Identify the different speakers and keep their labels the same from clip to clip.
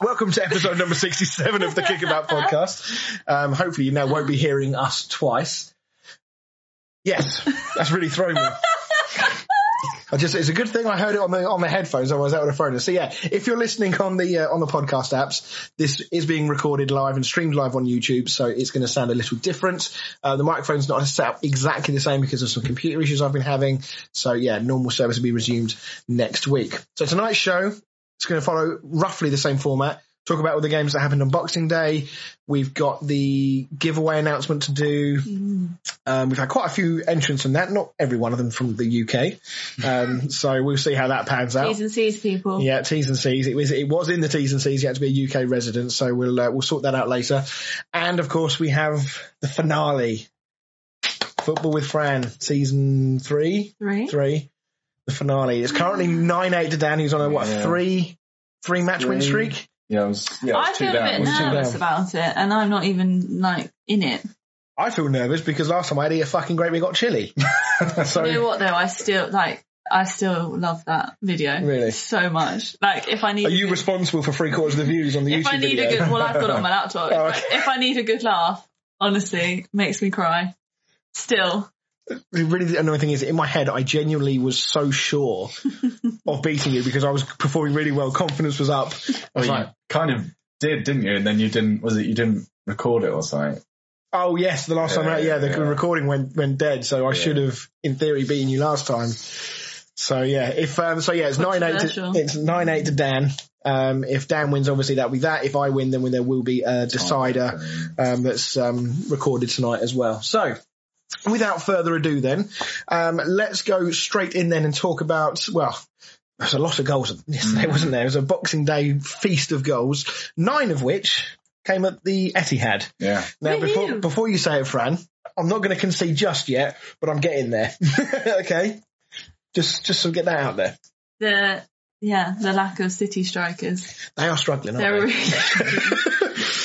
Speaker 1: Welcome to episode number 67 of the Kickabout podcast. Um, hopefully, you now won't be hearing us twice. Yes, that's really thrown me. I just, it's a good thing I heard it on the, on the headphones, otherwise that would have thrown us. So yeah, if you're listening on the, uh, on the podcast apps, this is being recorded live and streamed live on YouTube, so it's going to sound a little different. Uh, the microphone's not set up exactly the same because of some computer issues I've been having. So yeah, normal service will be resumed next week. So tonight's show it's going to follow roughly the same format. Talk about all the games that happened on Boxing Day. We've got the giveaway announcement to do. Um, we've had quite a few entrants from that, not every one of them from the UK. Um, so we'll see how that pans out.
Speaker 2: T's and C's people.
Speaker 1: Yeah, T's and C's. It was it was in the T's and C's. You had to be a UK resident, so we'll uh, we'll sort that out later. And of course, we have the finale, Football with Fran, season three,
Speaker 2: Right?
Speaker 1: three, the finale. It's currently nine eight to Dan, who's on a what
Speaker 3: Yeah.
Speaker 1: three three match win
Speaker 3: Three.
Speaker 1: streak.
Speaker 3: Yeah, I was. Yeah, I was
Speaker 2: I
Speaker 3: too
Speaker 2: feel a bit
Speaker 3: down.
Speaker 1: was two
Speaker 2: nervous
Speaker 1: down.
Speaker 2: about it, and I'm not even like in it.
Speaker 1: I feel nervous because last time I had a fucking great, we got chili. so
Speaker 2: You know what though? I still like. I still love that video
Speaker 1: Really?
Speaker 2: so much. Like, if I need,
Speaker 1: are you responsible for three quarters of the views on the
Speaker 2: if
Speaker 1: YouTube
Speaker 2: I need
Speaker 1: video?
Speaker 2: a good, well, I've got it on my laptop.
Speaker 1: Oh,
Speaker 2: If I-
Speaker 1: okay.
Speaker 2: If I need a good laugh, honestly, makes me cry. Still,
Speaker 1: the really the annoying thing is in my head I genuinely was so sure of beating you because I was performing really well, confidence was up. I
Speaker 3: Well,
Speaker 1: was
Speaker 3: you
Speaker 1: like,
Speaker 3: kind of did, didn't you? And then you didn't. Was it you didn't record it or something?
Speaker 1: Oh yes, the last time
Speaker 3: Yeah,
Speaker 1: out, yeah, the
Speaker 3: yeah.
Speaker 1: recording went went dead, so I
Speaker 3: Yeah.
Speaker 1: should have in theory beaten you last time. So yeah, if um, so yeah, it's nine eight. To,
Speaker 2: Controversial.
Speaker 1: it's nine eight to Dan. Um, if Dan wins, obviously that'll be that. If I win, then there will be a decider um, that's um, recorded tonight as well. So, without further ado, then um, let's go straight in then and talk about well. There's a lot of goals yesterday, wasn't there? It was a Boxing Day feast of goals, nine of which came at the Etihad.
Speaker 3: Yeah.
Speaker 1: Now,
Speaker 2: Woohoo.
Speaker 1: before before you say it, Fran, I'm not going to concede just yet, but I'm getting there. okay, just just to get that out there,
Speaker 2: the yeah, the lack of city strikers.
Speaker 1: they are struggling, aren't
Speaker 2: They're
Speaker 1: they?
Speaker 2: really.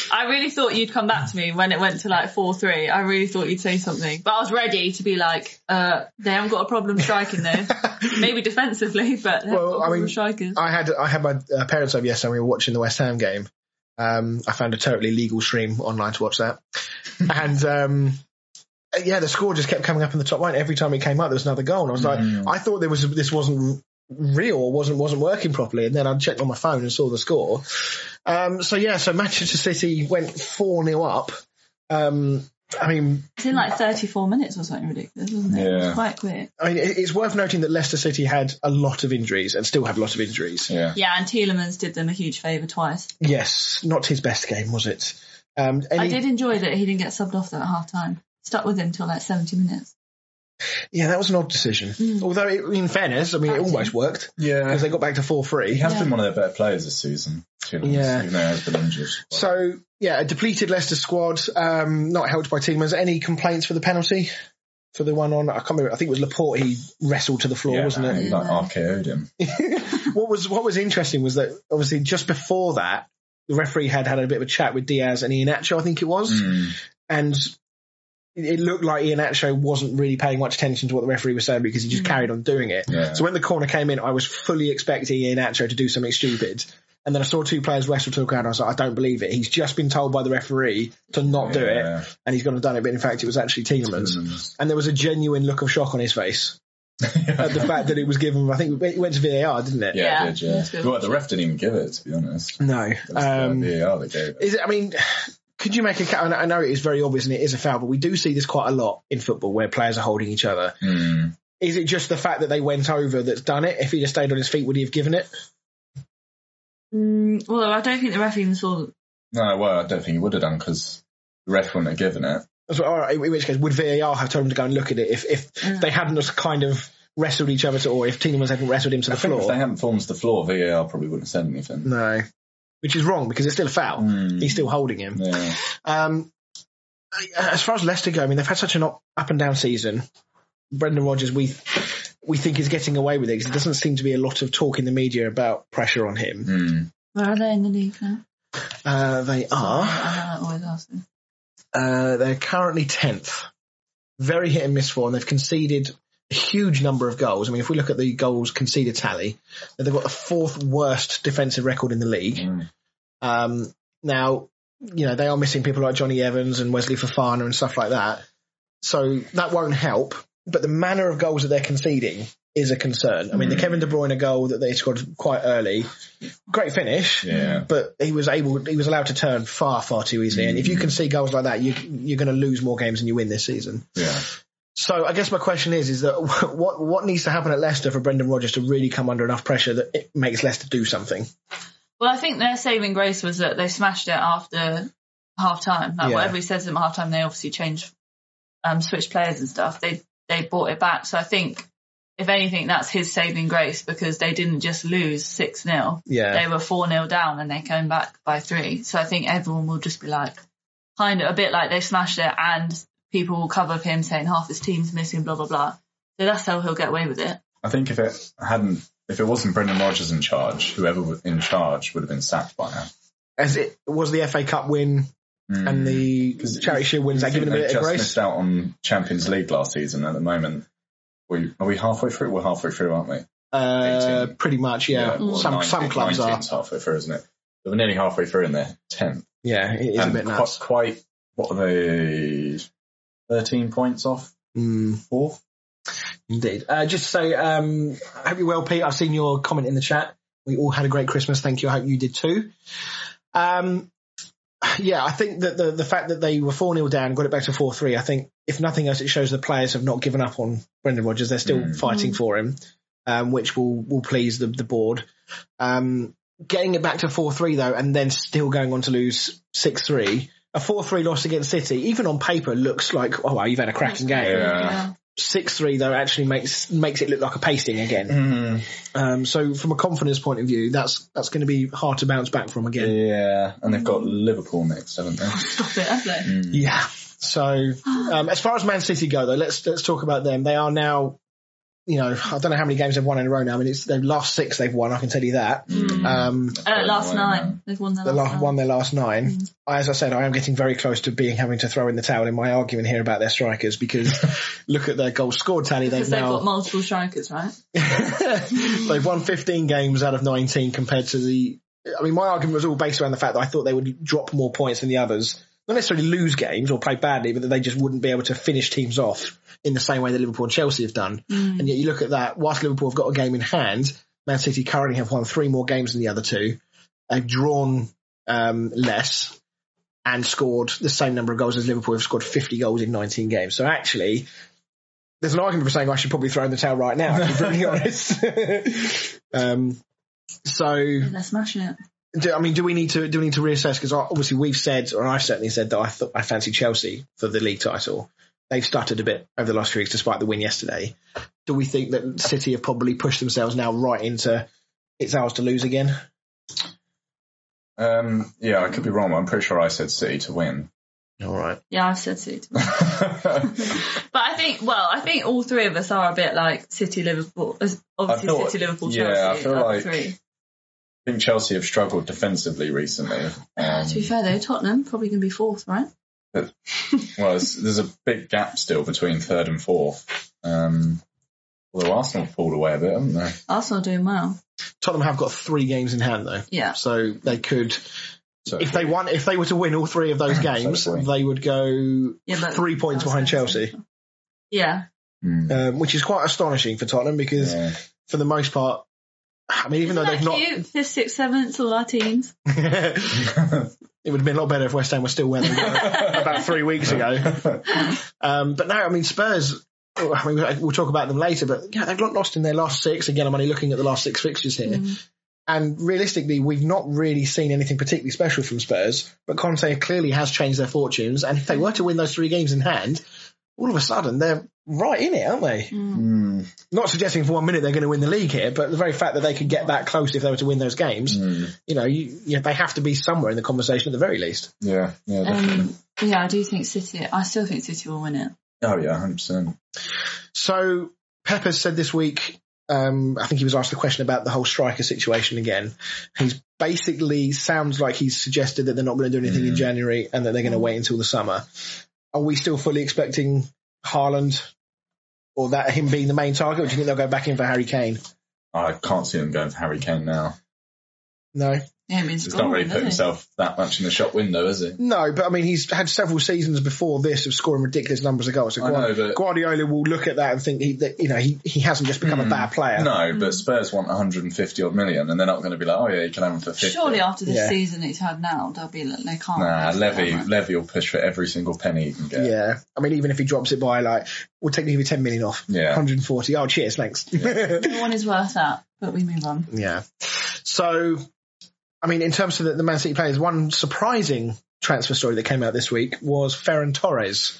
Speaker 2: I really thought you'd come back to me when it went to like four three. I really thought you'd say something, but I was ready to be like, uh, they haven't got a problem striking though. Maybe defensively, but they haven't
Speaker 1: Well,
Speaker 2: got a
Speaker 1: I
Speaker 2: problem
Speaker 1: mean,
Speaker 2: strikers.
Speaker 1: I had I had my uh, parents over yesterday. and We were watching the West Ham game. Um, I found a totally legal stream online to watch that, and um, yeah, the score just kept coming up in the top right. Every time it came up, there was another goal, and I was like,
Speaker 3: Mm.
Speaker 1: I thought there was this wasn't real or wasn't wasn't working properly, and then I checked on my phone and saw the score. Um, so yeah, so Manchester City went four 0 up. Um, I mean,
Speaker 2: It's in like 34 minutes or something ridiculous, wasn't it? It was
Speaker 3: Yeah.
Speaker 2: quite quick.
Speaker 1: I mean, it- it's worth noting that Leicester City had a lot of injuries and still have a lot of injuries.
Speaker 3: Yeah.
Speaker 2: Yeah, and Tielemans did them a huge favour twice.
Speaker 1: Yes, not his best game, was it? Um, any,
Speaker 2: I did enjoy that he didn't get subbed off though at half time. Stuck with him till like 70 minutes.
Speaker 1: Yeah, that was an odd decision.
Speaker 2: Hmm.
Speaker 1: Although, it, in fairness, I mean, it
Speaker 2: Captain.
Speaker 1: almost worked
Speaker 3: Yeah.
Speaker 1: because they got back to four
Speaker 3: He
Speaker 1: three.
Speaker 3: has
Speaker 2: Yeah.
Speaker 3: been one of their better players this season. Too,
Speaker 1: Yeah.
Speaker 3: Even though he has been injured.
Speaker 1: So yeah, a depleted Leicester squad, um, not helped by teamers. Any complaints for the penalty? For the one on, I can't remember. I think it was Laporte. He wrestled to the floor,
Speaker 3: yeah,
Speaker 1: wasn't it?
Speaker 3: He like RKO'd him.
Speaker 1: What was what was interesting was that obviously just before that, the referee had had a bit of a chat with Diaz and Iheanacho, I think it was,
Speaker 3: Mm.
Speaker 1: and it looked like Iheanacho wasn't really paying much attention to what the referee was saying because he just carried on doing it.
Speaker 3: Yeah.
Speaker 1: So when the corner came in, I was fully expecting Iheanacho to do something stupid. And then I saw two players wrestle to the ground. I was like, I don't believe it. He's just been told by the referee to not do it
Speaker 3: Yeah.
Speaker 1: and he's gone and done it. But in fact, it was actually Tielemans.
Speaker 3: Mm.
Speaker 1: And there was a genuine look of shock on his face at the fact that it was given. I think it went to VAR, didn't it?
Speaker 3: Yeah,
Speaker 2: Yeah.
Speaker 3: it did, yeah. Well, the ref didn't even give it, to be honest.
Speaker 1: No.
Speaker 3: It was
Speaker 1: Um,
Speaker 3: the VAR that gave it.
Speaker 1: is it? I mean, could you make a? ca- I know- I know it is very obvious and it is a foul, but we do see this quite a lot in football where players are holding each other.
Speaker 3: Mm.
Speaker 1: Is it just the fact that they went over that's done it? If he just stayed on his feet, would he have given it?
Speaker 2: Mm, although I don't think the ref even saw.
Speaker 3: No, well, I don't think he would have done because the ref wouldn't have given it.
Speaker 1: That's what- all right, in which case, would VAR have told him to go and look at it if if they hadn't just kind of wrestled each other to, or if Tielemans hadn't wrestled him to the
Speaker 3: I think if
Speaker 1: floor?
Speaker 3: they hadn't fallen to the floor, VAR probably wouldn't have said anything.
Speaker 1: No, which is wrong because it's still a foul.
Speaker 3: Mm.
Speaker 1: He's still holding him.
Speaker 3: Yeah.
Speaker 1: Um, as far as Leicester go, I mean, they've had such an up, up and down season. Brendan Rodgers, we we think is getting away with it because there doesn't seem to be a lot of talk in the media about pressure on him.
Speaker 3: Mm.
Speaker 2: Where are they in the league now?
Speaker 1: Uh, they are
Speaker 2: I always ask them.
Speaker 1: uh, they're currently tenth, very hit and miss form. They've conceded a huge number of goals. I mean, if we look at the goals conceded tally, they've got the fourth worst defensive record in the league.
Speaker 3: Mm.
Speaker 1: Um, now, you know, they are missing people like Johnny Evans and Wesley Fofana and stuff like that. So that won't help. But the manner of goals that they're conceding is a concern. I mean, the Kevin De Bruyne goal that they scored quite early, great finish.
Speaker 3: Yeah.
Speaker 1: But he was able, he was allowed to turn far, far too easily. And if you can see goals like that, you, you're going to lose more games than you win this season.
Speaker 3: Yeah.
Speaker 1: So I guess my question is, is that what what needs to happen at Leicester for Brendan Rodgers to really come under enough pressure that it makes Leicester do something?
Speaker 2: Well, I think their saving grace was that they smashed it after half time. Like
Speaker 1: Yeah.
Speaker 2: whatever he says at half time, they obviously changed, um, switched players and stuff. They they brought it back. So I think if anything, that's his saving grace because they didn't just lose six 0
Speaker 1: Yeah.
Speaker 2: they were four 0 down and they came back by three. So I think everyone will just be like, kind of a bit like they smashed it, and people will cover him saying half his team's missing, blah blah blah. So that's how he'll get away with it.
Speaker 3: I think if it hadn't, if it wasn't Brendan Rodgers in charge, whoever was in charge would have been sacked by now.
Speaker 1: As it was the FA Cup win and the Charity Shield wins, that giving him a
Speaker 3: Mm. They
Speaker 1: bit of
Speaker 3: just
Speaker 1: grace.
Speaker 3: missed out on Champions League last season. At the moment, we are we halfway through? We're halfway through, aren't we?
Speaker 1: Uh,
Speaker 3: 18.
Speaker 1: pretty much, yeah.
Speaker 3: well,
Speaker 1: some
Speaker 3: 19
Speaker 1: some clubs are.
Speaker 3: 19's halfway through, isn't it? They were nearly halfway through in there, tenth.
Speaker 1: Yeah, it is a bit
Speaker 3: quite,
Speaker 1: nuts.
Speaker 3: quite what are they? Thirteen points off
Speaker 1: Mm,
Speaker 3: fourth.
Speaker 1: indeed. Uh, just to say, um, I hope you're well, Pete. I've seen your comment in the chat. We all had a great Christmas. Thank you. I hope you did too. Um, yeah, I think that the, the fact that they were 4 0 down, got it back to 4 3, I think, if nothing else, it shows the players have not given up on Brendan Rodgers. They're still
Speaker 3: Mm.
Speaker 1: fighting for him, um, which will, will please the, the board. Um, getting it back to 4 3, though, and then still going on to lose 6 3. A 4 3 loss against City, even on paper, looks like, oh, wow, you've had a cracking game.
Speaker 3: Yeah.
Speaker 1: Six three though actually makes makes it look like a pasting again. Um, so from a confidence point of view, that's that's going to be hard to bounce back from again.
Speaker 3: Yeah, and they've got Liverpool next, haven't they?
Speaker 2: Stop it, have they?
Speaker 1: Yeah. So um, as far as Man City go though, let's let's talk about them. They are now, you know, I don't know how many games they've won in a row now. I mean, it's their last six they've won. I can tell you that. Um,
Speaker 2: Uh, last
Speaker 3: Well,
Speaker 2: nine. They've won their
Speaker 1: the
Speaker 2: last
Speaker 1: last,
Speaker 2: nine.
Speaker 1: won their last nine. As I said, I am getting very close to being having to throw in the towel in my argument here about their strikers because look at their goal scored tally.
Speaker 2: Because
Speaker 1: they've
Speaker 2: they've
Speaker 1: now
Speaker 2: got multiple strikers, right?
Speaker 1: They've won 15 games out of 19 compared to the. I mean, my argument was all based around the fact that I thought they would drop more points than the others. Not necessarily lose games or play badly, but that they just wouldn't be able to finish teams off in the same way that Liverpool and Chelsea have done. And yet you look at that, whilst Liverpool have got a game in hand, Man City currently have won three more games than the other two. They've drawn um, less and scored the same number of goals as Liverpool have scored 50 goals in 19 games. So actually, there's an argument for saying I should probably throw in the towel right now, to be brutally honest. um, so
Speaker 2: They're smashing it.
Speaker 1: do, I mean, do we need to do we need to reassess? Because obviously we've said, or I've certainly said that I thought I fancy Chelsea for the league title. They've stuttered a bit over the last few weeks, despite the win yesterday. Do we think that City have probably pushed themselves now right into it's ours to lose again?
Speaker 3: Um, yeah, I could be wrong. but I'm pretty sure I said City to win.
Speaker 1: All right.
Speaker 2: Yeah, I've said City. But I think, well, I think all three of us are a bit like City, Liverpool. as- Obviously,
Speaker 3: I thought-
Speaker 2: City, Liverpool,
Speaker 3: yeah,
Speaker 2: Chelsea.
Speaker 3: I feel
Speaker 2: are the
Speaker 3: like-
Speaker 2: three.
Speaker 3: I think Chelsea have struggled defensively recently. Um,
Speaker 2: To be fair though, Tottenham probably going to be fourth, right?
Speaker 3: well, it's, there's a big gap still between third and fourth. Um, although Arsenal have pulled away a bit, haven't they?
Speaker 2: Arsenal doing well.
Speaker 1: Tottenham have got three games in hand though,
Speaker 2: Yeah.
Speaker 1: so they could,
Speaker 3: So
Speaker 1: if they won, if they were to win all three of those games,
Speaker 3: Exactly.
Speaker 1: they would go
Speaker 2: Yeah, but-
Speaker 1: three points behind Chelsea,
Speaker 2: Yeah.
Speaker 3: Hmm.
Speaker 1: um, which is quite astonishing for Tottenham because
Speaker 3: Yeah.
Speaker 1: for the most part, I mean, even
Speaker 2: Isn't
Speaker 1: though
Speaker 2: that
Speaker 1: they've not.
Speaker 2: cute? Fifth, sixth, seventh, all our teams.
Speaker 1: it would have been a lot better if West Ham were still where they were about three weeks ago. Um, but no, I mean Spurs. oh, I mean, we'll talk about them later, but yeah, they've not lost in their last six. Again, I'm only looking at the last six fixtures here. And realistically, we've not really seen anything particularly special from Spurs. But Conte clearly has changed their fortunes. And if they were to win those three games in hand, all of a sudden they're right in it, aren't they?
Speaker 3: Hmm.
Speaker 1: Not suggesting for one minute they're going to win the league here, but the very fact that they could get that close if they were to win those games,
Speaker 3: Hmm.
Speaker 1: you know, you, you know, they have to be somewhere in the conversation at the very least.
Speaker 3: yeah, yeah, definitely.
Speaker 2: Um, yeah, I do think City. I still think City will win it.
Speaker 3: oh yeah, hundred percent.
Speaker 1: So Pep has said this week, um, I think he was asked the question about the whole striker situation again. He's basically sounds like he's suggested that they're not going to do anything in January and that they're going to wait until the summer. Are we still fully expecting Haaland or that him being the main target? Or do you think they'll go back in for Harry Kane?
Speaker 3: I can't see them going for Harry Kane now.
Speaker 1: No.
Speaker 2: Yeah, it means
Speaker 3: He's
Speaker 2: scoring,
Speaker 3: not really put
Speaker 2: doesn't it?
Speaker 3: himself that much in the shop window, has he?
Speaker 1: No, but I mean, he's had several seasons before this of scoring ridiculous numbers of goals. So
Speaker 3: I know,
Speaker 1: Guard-
Speaker 3: but-
Speaker 1: Guardiola will look at that and think he, that, you know, he, he hasn't just become a bad player.
Speaker 3: No,
Speaker 2: Mm.
Speaker 3: but Spurs want 150 odd million, and they're not going to be like, oh yeah, you can have him for 50.
Speaker 2: Surely after this
Speaker 1: Yeah.
Speaker 2: season he's had now, they'll be like, they can't.
Speaker 3: Nah,
Speaker 2: ask
Speaker 3: Levy,
Speaker 2: that much.
Speaker 3: Levy will push for every single penny he can get.
Speaker 1: Yeah. I mean, even if he drops it by like, we'll take maybe 10 million off.
Speaker 3: Yeah.
Speaker 1: 140. Oh, cheers. Thanks. Yeah.
Speaker 2: No one is worth that, but we move on.
Speaker 1: So, I mean, in terms of the, the Man City players, one surprising transfer story that came out this week was Ferran Torres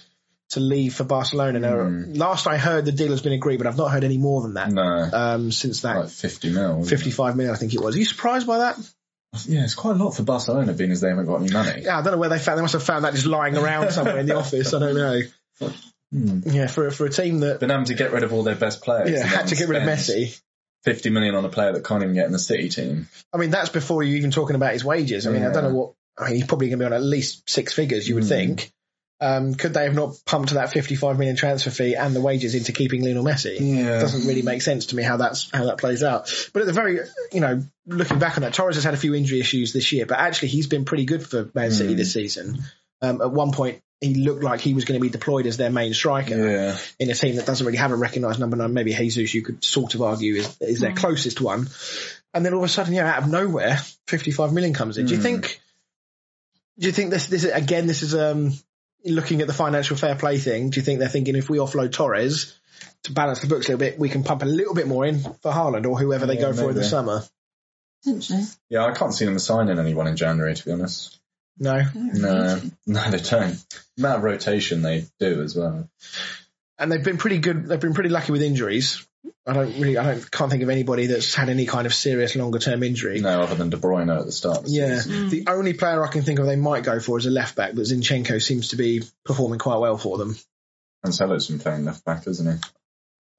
Speaker 1: to leave for Barcelona. Now, last I heard, the deal has been agreed, but I've not heard any more than that
Speaker 3: Hmm. No,
Speaker 1: um, since that.
Speaker 3: like 50 mil. isn't it?
Speaker 1: 55 million, I think it was. Are you surprised by that?
Speaker 3: Yeah, it's quite a lot for Barcelona, being as they haven't got any money.
Speaker 1: Yeah, I don't know where they found. They must have found that just lying around somewhere in the office. I don't know.
Speaker 3: Hmm.
Speaker 1: Yeah, for for a team that
Speaker 3: Been having to get rid of all their best players.
Speaker 1: yeah
Speaker 3: and
Speaker 1: had to
Speaker 3: then
Speaker 1: get rid of
Speaker 3: spend
Speaker 1: Messi.
Speaker 3: 50 million on a player that can't even get in the City team.
Speaker 1: I mean, that's before you even talking about his wages. I mean, I don't
Speaker 3: Yeah.
Speaker 1: know what. I mean, he's probably going to be on at least six figures, you would
Speaker 3: Hmm.
Speaker 1: think. Um, could they have not pumped that 55 million transfer fee and the wages into keeping Lionel Messi?
Speaker 3: Yeah.
Speaker 1: Doesn't really make sense to me how that's how that plays out. But at the very, you know, looking back on that, Torres has had a few injury issues this year, but actually he's been pretty good for Man City
Speaker 3: Hmm.
Speaker 1: this season. Um, at one point, he looked like he was going to be deployed as their main striker
Speaker 3: Yeah.
Speaker 1: in a team that doesn't really have a recognised number nine. Maybe Jesus, you could sort of argue, is, is
Speaker 3: Mm.
Speaker 1: their closest one. And then all of a sudden, yeah, out of nowhere, fifty-five million comes in. Do you
Speaker 3: Mm.
Speaker 1: think? Do you think this? This again, this is um looking at the financial fair play thing. Do you think they're thinking if we offload Torres to balance the books a little bit, we can pump a little bit more in for Haaland or whoever they
Speaker 3: Yeah,
Speaker 1: go for in the
Speaker 3: maybe.
Speaker 1: summer?
Speaker 2: Potentially.
Speaker 3: Yeah, I can't see them signing anyone in January, to be honest.
Speaker 1: No,
Speaker 3: Mm. No, no, they don't. The amount of rotation they do as well.
Speaker 1: and they've been pretty good. They've been pretty lucky with injuries. I don't really, I don't, can't think of anybody that's had any kind of serious longer term injury.
Speaker 3: No, other than De Bruyne at the start. of the
Speaker 1: Yeah,
Speaker 3: season.
Speaker 1: the only player I can think of they might go for is a left back, but Zinchenko seems to be performing quite well for them.
Speaker 3: Cancelo's been playing left back, hasn't he?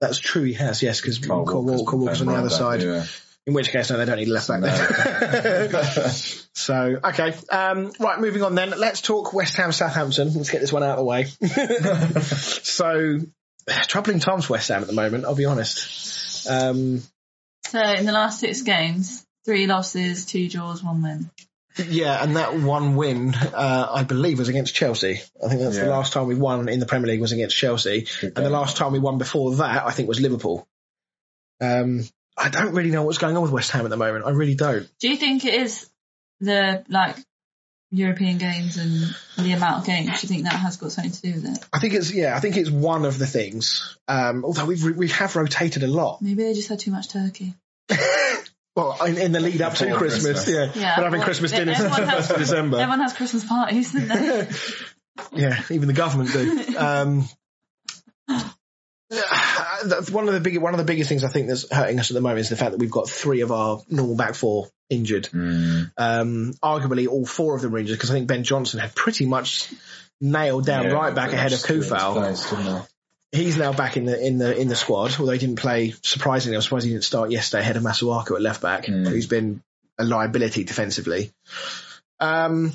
Speaker 1: That's true, he has, yes, because Walker,
Speaker 3: Kyle Walker's
Speaker 1: Walker
Speaker 3: been
Speaker 1: Walker's on
Speaker 3: playing
Speaker 1: the other
Speaker 3: right
Speaker 1: side.
Speaker 3: back,
Speaker 1: In which case, no, they don't need a left back.
Speaker 3: yeah.
Speaker 1: then. so, okay, um, right, moving on then. Let's talk West Ham Southampton. Let's get this one out of the way. so, troubling times West Ham at the moment. I'll be honest. Um,
Speaker 2: So in the last six games, three losses, two draws, one win.
Speaker 1: Yeah, and that one win, uh, I believe, was against Chelsea. I think that's the
Speaker 3: Yeah.
Speaker 1: last time we won in the Premier League was against Chelsea,
Speaker 3: Good
Speaker 1: and the
Speaker 3: game.
Speaker 1: last time we won before that, I think, was Liverpool. Um, I don't really know what's going on with West Ham at the moment. I really don't.
Speaker 2: Do you think it is the like European games and the amount of games? Do you think that has got something to do with it?
Speaker 1: I think it's yeah, I think it's one of the things. Um, although we've re- we have rotated a lot.
Speaker 2: Maybe they just had too much turkey.
Speaker 1: Well, in, in the lead up to
Speaker 3: Before
Speaker 1: Christmas,
Speaker 3: Christmas.
Speaker 1: yeah,
Speaker 2: Yeah,
Speaker 1: but having
Speaker 2: well,
Speaker 1: Christmas
Speaker 2: they-
Speaker 1: dinner
Speaker 2: everyone has-
Speaker 1: first of December.
Speaker 2: Everyone has Christmas parties, didn't they?
Speaker 1: Yeah, even the government do. Um, that's one of the big one of the biggest things I think that's hurting us at the moment is the fact that we've got three of our normal back four injured.
Speaker 3: Mm,
Speaker 1: Um, arguably, all four of them were injured because I think Ben Johnson had pretty much nailed down
Speaker 3: yeah,
Speaker 1: right back
Speaker 3: pretty
Speaker 1: ahead of
Speaker 3: much still in his
Speaker 1: Kufal.
Speaker 3: place, didn't they?
Speaker 1: He's now back in the in the in the squad, although he didn't play. Surprisingly, I'm surprised he didn't start yesterday ahead of Masuaku at left back,
Speaker 3: Mm.
Speaker 1: who's been a liability defensively. Um,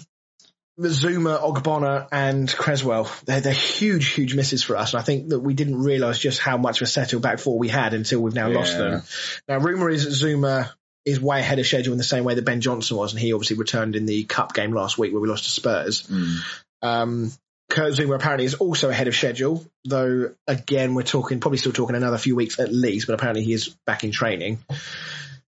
Speaker 1: Zuma, Ogbonna, and Creswell. They're, they're huge, huge misses for us. And I think that we didn't realise just how much of a settled back four we had until we've now lost
Speaker 3: Yeah.
Speaker 1: them. Now, rumour is that Zuma is way ahead of schedule in the same way that Ben Johnson was. And he obviously returned in the cup game last week where we lost to Spurs.
Speaker 3: Mm.
Speaker 1: Um, Kurt Zuma apparently is also ahead of schedule, though again, we're talking probably still talking another few weeks at least, but apparently he is back in training.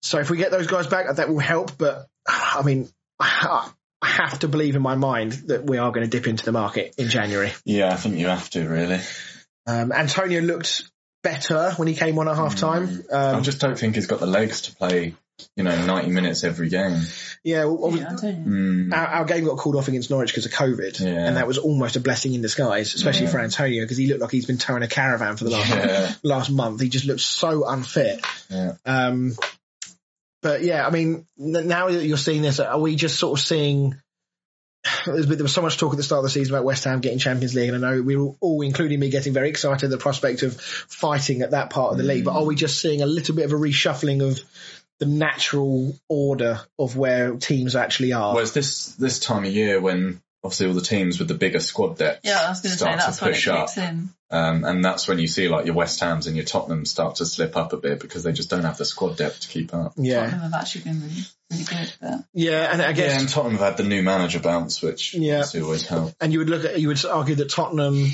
Speaker 1: So if we get those guys back, that will help. But I mean, I ha- I have to believe in my mind that we are going to dip into the market in January.
Speaker 3: Yeah, I think you have to really.
Speaker 1: Um, Antonio looked better when he came on at half time.
Speaker 3: I
Speaker 1: Um,
Speaker 3: Mm. just don't think he's got the legs to play, you know, 90 minutes every game.
Speaker 1: yeah, well, well,
Speaker 2: Yeah, I don't know.
Speaker 3: Mm.
Speaker 1: our, our game got called off against Norwich because of COVID,
Speaker 3: Yeah.
Speaker 1: and that was almost a blessing in disguise, especially for Antonio because he looked like he's been towing a caravan for the last
Speaker 3: Yeah.
Speaker 1: last month. He just looked so unfit.
Speaker 3: Yeah.
Speaker 1: Um, but yeah, I mean, n- now that you're seeing this, are we just sort of seeing? there's been- There was so much talk at the start of the season about West Ham getting Champions League, and I know we were all, including me, getting very excited at the prospect of fighting at that part of the league. But are we just seeing a little bit of a reshuffling of the natural order of where teams actually are?
Speaker 3: Whereas this this time of year when obviously all the teams with the bigger squad depth
Speaker 2: Yeah, I was going to say
Speaker 3: start
Speaker 2: that's
Speaker 3: to
Speaker 2: when it
Speaker 3: push up,
Speaker 2: kicks in.
Speaker 3: um, and that's when you see like your West Ham's and your Tottenham start to slip up a bit because they just don't have the squad depth to keep up.
Speaker 1: yeah,
Speaker 2: Tottenham have actually been really. really good. But
Speaker 1: Yeah, and I guess
Speaker 3: Yeah, and Tottenham have had the new manager bounce, which
Speaker 1: Yeah.
Speaker 3: obviously always helps.
Speaker 1: and you would look at you would argue that Tottenham,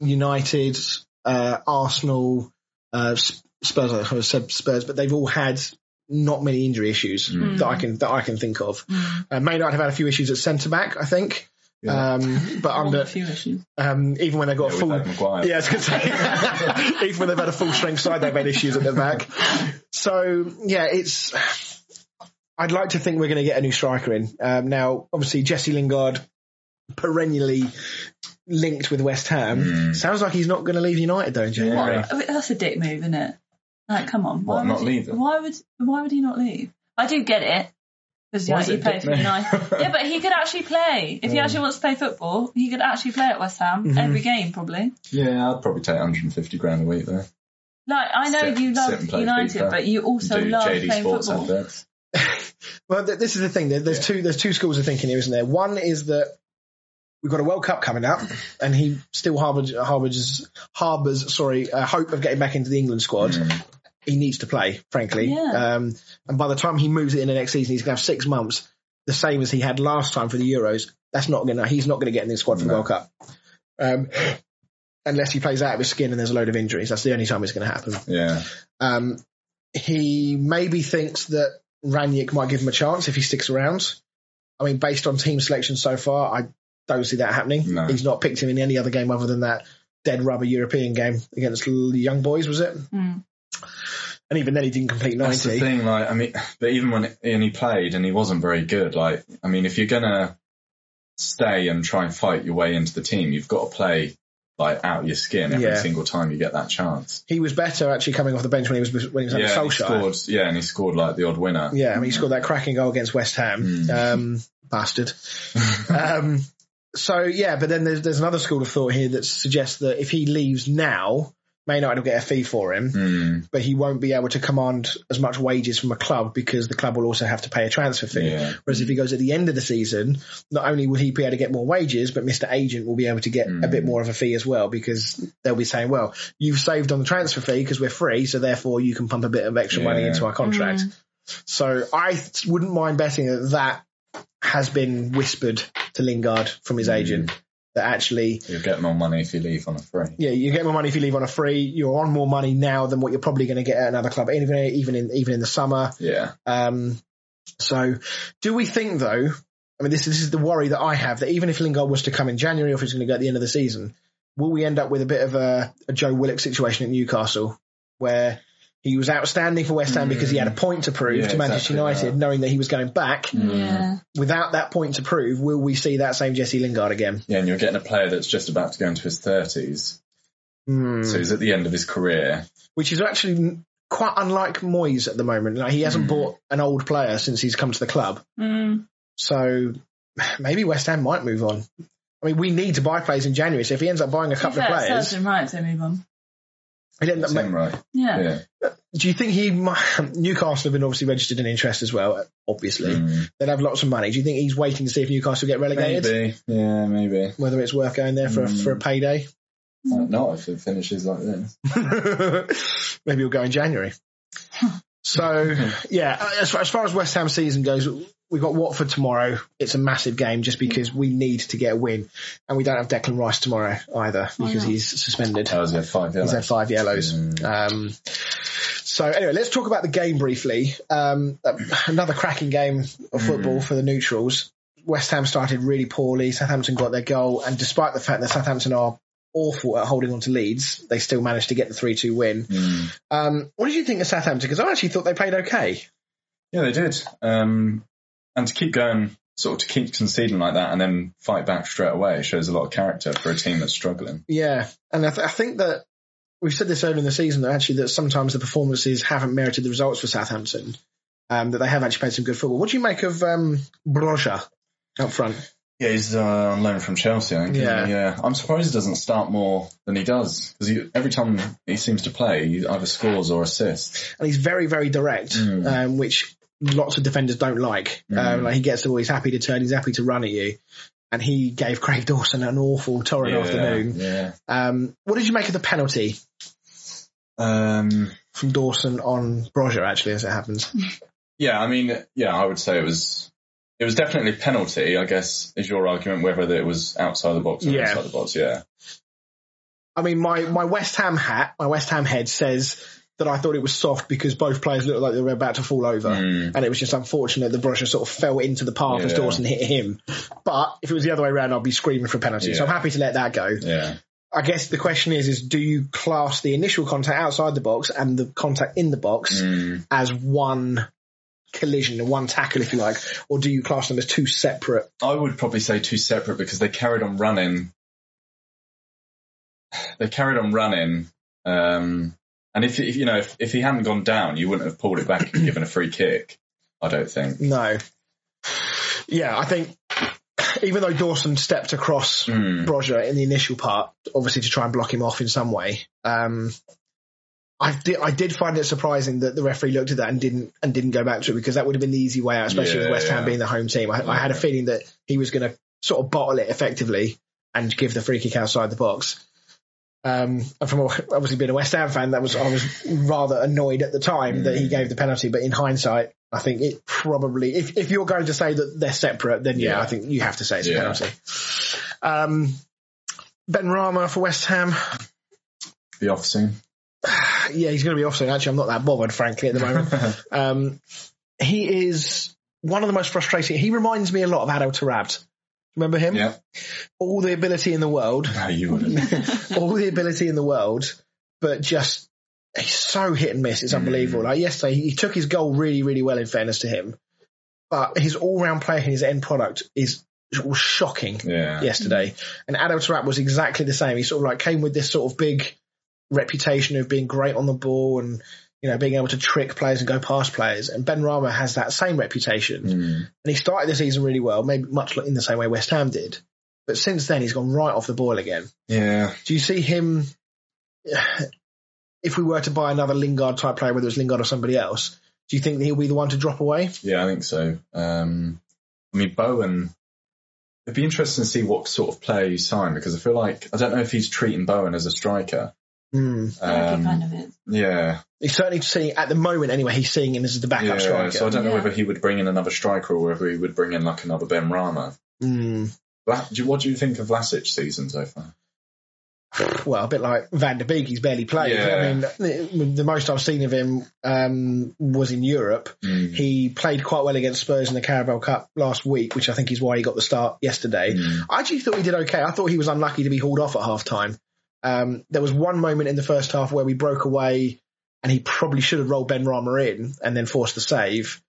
Speaker 1: United, uh, Arsenal, uh, Sp- Spurs. I always said Spurs, but they've all had not many injury issues
Speaker 3: Mm.
Speaker 1: that I can that I can think of. Uh, May not have had a few issues at centre back, I think.
Speaker 3: Yeah.
Speaker 1: Um, but
Speaker 2: all the
Speaker 1: under
Speaker 2: few issues.
Speaker 1: um, even when they got
Speaker 3: Yeah,
Speaker 1: a
Speaker 3: we've
Speaker 1: full
Speaker 3: had Maguire.
Speaker 1: yeah, I was going to say even when they've had a full strength side, they've had issues at the back. So yeah, it's. I'd like to think we're going to get a new striker in. Um, now, obviously, Jesse Lingard, perennially linked with West Ham,
Speaker 3: Hmm.
Speaker 1: sounds like he's not going to leave United though in
Speaker 2: What?
Speaker 1: January.
Speaker 3: Yeah.
Speaker 2: I mean, that's a dick move, isn't it? Like, come on.
Speaker 3: What,
Speaker 2: why
Speaker 3: not
Speaker 2: would
Speaker 3: leave
Speaker 2: He,
Speaker 3: them?
Speaker 2: why would Why would he not leave? I do get it because
Speaker 3: Why
Speaker 2: like,
Speaker 3: is
Speaker 2: he
Speaker 3: it
Speaker 2: played
Speaker 3: dick
Speaker 2: for
Speaker 3: move?
Speaker 2: United. yeah, but he could actually play if he actually wants to play football. He could actually play at West Ham
Speaker 1: Mm-hmm.
Speaker 2: every game, probably.
Speaker 3: Yeah, I'd probably take 150 grand a week there.
Speaker 2: Like, I know
Speaker 3: Sit-
Speaker 2: you
Speaker 3: sit and
Speaker 2: love
Speaker 3: play
Speaker 2: United,
Speaker 3: FIFA.
Speaker 2: but you also
Speaker 3: do
Speaker 2: love
Speaker 3: JD
Speaker 2: playing
Speaker 3: Sports
Speaker 2: football.
Speaker 3: adverts.
Speaker 1: Well, th- this is the thing. There- There's two. There's two schools of thinking here, isn't there? One is that we've got a World Cup coming up, and he still harbors harbors, harbors sorry uh, hope of getting back into the England squad. He needs to play, frankly.
Speaker 2: Yeah.
Speaker 1: Um, and by the time he moves it in the next season, he's going to have six months, the same as he had last time for the Euros. That's not going to. He's not going to get in the squad for the
Speaker 3: No.
Speaker 1: World Cup. Um, Unless he plays out of his skin and there's a load of injuries, that's the only time it's going to happen.
Speaker 3: Yeah.
Speaker 1: Um, he maybe thinks that Ranić might give him a chance if he sticks around. I mean, based on team selection so far, I don't see that happening.
Speaker 3: No.
Speaker 1: He's not picked him in any other game other than that dead rubber European game against L- Young Boys, was it?
Speaker 2: Mm.
Speaker 1: And even then, he didn't complete
Speaker 3: That's the
Speaker 1: 90.
Speaker 3: thing, like, I mean, but even when and he played and he wasn't very good, like, I mean, if you're gonna stay and try and fight your way into the team, you've got to play like out of your skin every
Speaker 1: Yeah.
Speaker 3: single time you get that chance.
Speaker 1: He was better actually coming off the bench when he was when he was under
Speaker 3: Yeah, and he
Speaker 1: Solskjaer.
Speaker 3: scored. Yeah, and he scored like the odd winner.
Speaker 1: Yeah, I mean, he scored that cracking goal against West Ham.
Speaker 3: Mm.
Speaker 1: Um, bastard. um, so yeah, but then there's there's another school of thought here that suggests that if he leaves now, May United will get a fee for him.
Speaker 3: Hmm,
Speaker 1: but he won't be able to command as much wages from a club because the club will also have to pay a transfer fee.
Speaker 3: Yeah.
Speaker 1: Whereas if he goes at the end of the season, not only will he be able to get more wages, but Mr. Agent will be able to get a
Speaker 3: Mm.
Speaker 1: bit more of a fee as well because they'll be saying, well, you've saved on the transfer fee because we're free, so therefore you can pump a bit of extra money
Speaker 3: Yeah.
Speaker 1: into our contract. So I th- wouldn't mind betting that that has been whispered to Lingard from
Speaker 3: Mm.
Speaker 1: his agent that actually
Speaker 3: You'll get more money if you leave on a free.
Speaker 1: yeah, you get more money if you leave on a free. You're on more money now than what you're probably going to get at another club, even even in even in the summer.
Speaker 3: Yeah.
Speaker 1: Um, so, do we think though? I mean, this this is the worry that I have that even if Lingard was to come in January, or if he's going to go at the end of the season, will we end up with a bit of a, a Joe Willock situation at Newcastle, where he was outstanding for West Ham because he had a point to prove
Speaker 3: Mm. Yeah, Mm.
Speaker 1: to Manchester
Speaker 3: exactly
Speaker 1: United,
Speaker 3: that.
Speaker 1: knowing that he was going back.
Speaker 2: Yeah.
Speaker 1: Without that point to prove, will we see that same Jesse Lingard again?
Speaker 3: Yeah, and you're getting a player that's just about to go into his thirties,
Speaker 1: Hmm.
Speaker 3: so he's at the end of his career.
Speaker 1: which is actually quite unlike Moyes at the moment. Like he hasn't
Speaker 3: Hmm.
Speaker 1: bought an old player since he's come to the club.
Speaker 2: Mm.
Speaker 1: So maybe West Ham might move on. I mean, we need to buy players in January. So if he ends up buying a
Speaker 2: To be
Speaker 1: couple of
Speaker 2: fair, it serves
Speaker 1: players,
Speaker 2: him right to move on.
Speaker 1: he'll end up
Speaker 3: Is
Speaker 1: ma-
Speaker 3: that right?
Speaker 2: Yeah.
Speaker 3: Yeah.
Speaker 1: do you think he might? Newcastle have been obviously registered an interest as well. Obviously,
Speaker 3: Hmm,
Speaker 1: they'd have lots of money. Do you think he's waiting to see if Newcastle get relegated?
Speaker 3: Maybe. Yeah, maybe.
Speaker 1: Whether it's worth going there for a,
Speaker 3: Hmm.
Speaker 1: for a payday?
Speaker 3: Might not if it finishes like this.
Speaker 1: maybe he'll go in January. So yeah, as far, as far as West Ham season goes, we've got Watford tomorrow. It's a massive game just because we need to get a win, and we don't have Declan Rice tomorrow either because
Speaker 2: not?
Speaker 1: he's suspended.
Speaker 3: That was a five yellow.
Speaker 1: He's had five yellows. Um, so anyway, let's talk about the game briefly. Um, uh, another cracking game of football for the neutrals. West Ham started really poorly. Southampton got their goal, and despite the fact that Southampton are awful at holding on to leads, they still managed to get the three-two win.
Speaker 3: Hmm.
Speaker 1: Um, what did you think of Southampton? Because I actually thought they played okay.
Speaker 3: Yeah, they did. Um, and to keep going, sort of to keep conceding like that and then fight back straight away shows a lot of character for a team that's struggling.
Speaker 1: Yeah, and I, th- I think that we've said this earlier in the season that actually that sometimes the performances haven't merited the results for Southampton. Um, that they have actually played some good football. What do you make of um, Broja up front?
Speaker 3: Yeah, he's uh, on loan from Chelsea, I think.
Speaker 1: Yeah.
Speaker 3: Yeah. yeah. I'm surprised he doesn't start more than he does because every time he seems to play, he either scores or assists.
Speaker 1: And he's very, very direct,
Speaker 3: Mm.
Speaker 1: um, which lots of defenders don't like. Um,
Speaker 3: Mm.
Speaker 1: like he gets the ball, he's happy to turn, he's happy to run at you. And he gave Craig Dawson an awful torrid
Speaker 3: yeah,
Speaker 1: afternoon.
Speaker 3: Yeah.
Speaker 1: Um, what did you make of the penalty
Speaker 3: Um,
Speaker 1: from Dawson on Broja? Actually, as it happens,
Speaker 3: yeah, I mean, yeah, I would say it was it was definitely a penalty. I guess is your argument whether it was outside the box or
Speaker 1: Yeah.
Speaker 3: inside the box. Yeah,
Speaker 1: I mean, my, my West Ham hat, my West Ham head says that I thought it was soft because both players looked like they were about to fall over. And it was just unfortunate that Borussia sort of fell into the path as
Speaker 3: Mm. Yeah.
Speaker 1: Dawson hit him. But if it was the other way around, I'd be screaming for a penalty. So I'm
Speaker 3: Yeah.
Speaker 1: happy to let that go.
Speaker 3: yeah,
Speaker 1: I guess the question is, is do you class the initial contact outside the box and the contact in the box
Speaker 3: Mm.
Speaker 1: as one collision, one tackle, if you like, or do you class them as two separate?
Speaker 3: I would probably say two separate because they carried on running. They carried on running, um, and if, if you know if, if he hadn't gone down, you wouldn't have pulled it back and given a free kick. I don't think.
Speaker 1: No. Yeah, I think even though Dawson stepped across
Speaker 3: Mm.
Speaker 1: Brozier in the initial part, obviously to try and block him off in some way. Um, I did, I did find it surprising that the referee looked at that and didn't and didn't go back to it because that would have been the easy way out, especially with
Speaker 3: Yeah,
Speaker 1: West Ham
Speaker 3: yeah.
Speaker 1: being the home team. I, I had a
Speaker 3: Yeah.
Speaker 1: feeling that he was going to sort of bottle it effectively and give the free kick outside the box. Um, and from obviously being a West Ham fan, that was I was rather annoyed at the time that he
Speaker 3: Mm.
Speaker 1: gave the penalty. But in hindsight, I think it probably if if you're going to say that they're separate, then yeah,
Speaker 3: Yeah.
Speaker 1: I think you have to say it's a
Speaker 3: Yeah.
Speaker 1: penalty. Um, Ben Rama for West Ham.
Speaker 3: Be off soon.
Speaker 1: Yeah, he's going to be off soon. Actually, I'm not that bothered, frankly, at the moment. um, he is one of the most frustrating. He reminds me a lot of Adel Tarabt. Remember him?
Speaker 3: yeah,
Speaker 1: All the ability in the world,
Speaker 3: no, you wouldn't.
Speaker 1: all the ability in the world, but just he's so hit and miss. It's unbelievable.
Speaker 3: Mm.
Speaker 1: Like yesterday, he took his goal really, really well. In fairness to him, but his all-round play and his end product is was shocking
Speaker 3: Yeah,
Speaker 1: yesterday. And Adel Tarat was exactly the same. He sort of like came with this sort of big reputation of being great on the ball and, you know, being able to trick players and go past players. And Ben Rama has that same reputation.
Speaker 3: Mm.
Speaker 1: And he started the season really well, maybe much in the same way West Ham did. But since then, he's gone right off the boil again.
Speaker 3: yeah.
Speaker 1: Do you see him, if we were to buy another Lingard type player, whether it's Lingard or somebody else, do you think that he'll be the one to drop away?
Speaker 3: Yeah, I think so. Um, I mean, Bowen. It'd be interesting to see what sort of player you sign because I feel like I don't know if he's treating Bowen as a striker.
Speaker 1: Hmm.
Speaker 2: That'd be
Speaker 3: Um,
Speaker 2: kind of it.
Speaker 3: yeah,
Speaker 1: He's certainly seeing, at the moment anyway, he's seeing him as the backup
Speaker 3: yeah.
Speaker 1: striker.
Speaker 3: So I don't know
Speaker 2: Yeah.
Speaker 3: whether he would bring in another striker or whether he would bring in like another Ben Rama.
Speaker 1: Hmm.
Speaker 3: Vla- do you- What do you think of Vlasic's season so far?
Speaker 1: well, a bit like Van der Beek, he's barely played.
Speaker 3: Yeah.
Speaker 1: I mean, the, the most I've seen of him um, was in Europe.
Speaker 3: Mm.
Speaker 1: He played quite well against Spurs in the Carabao Cup last week, which I think is why he got the start yesterday.
Speaker 3: Mm.
Speaker 1: I actually thought he did okay. I thought he was unlucky to be hauled off at half time. Um, there was one moment in the first half where we broke away and he probably should have rolled Ben Rama in and then forced the save.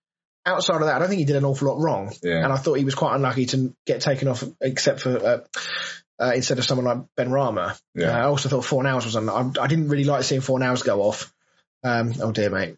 Speaker 1: Outside of that, I don't think he did an awful lot wrong and
Speaker 3: Yeah,
Speaker 1: I thought he was quite unlucky to get taken off, except for uh, uh, instead of someone like Ben Rama.
Speaker 3: Yeah.
Speaker 1: Uh, I also thought Four Hours was on. I, I didn't really like seeing Four Hours go off. Um, oh dear, mate.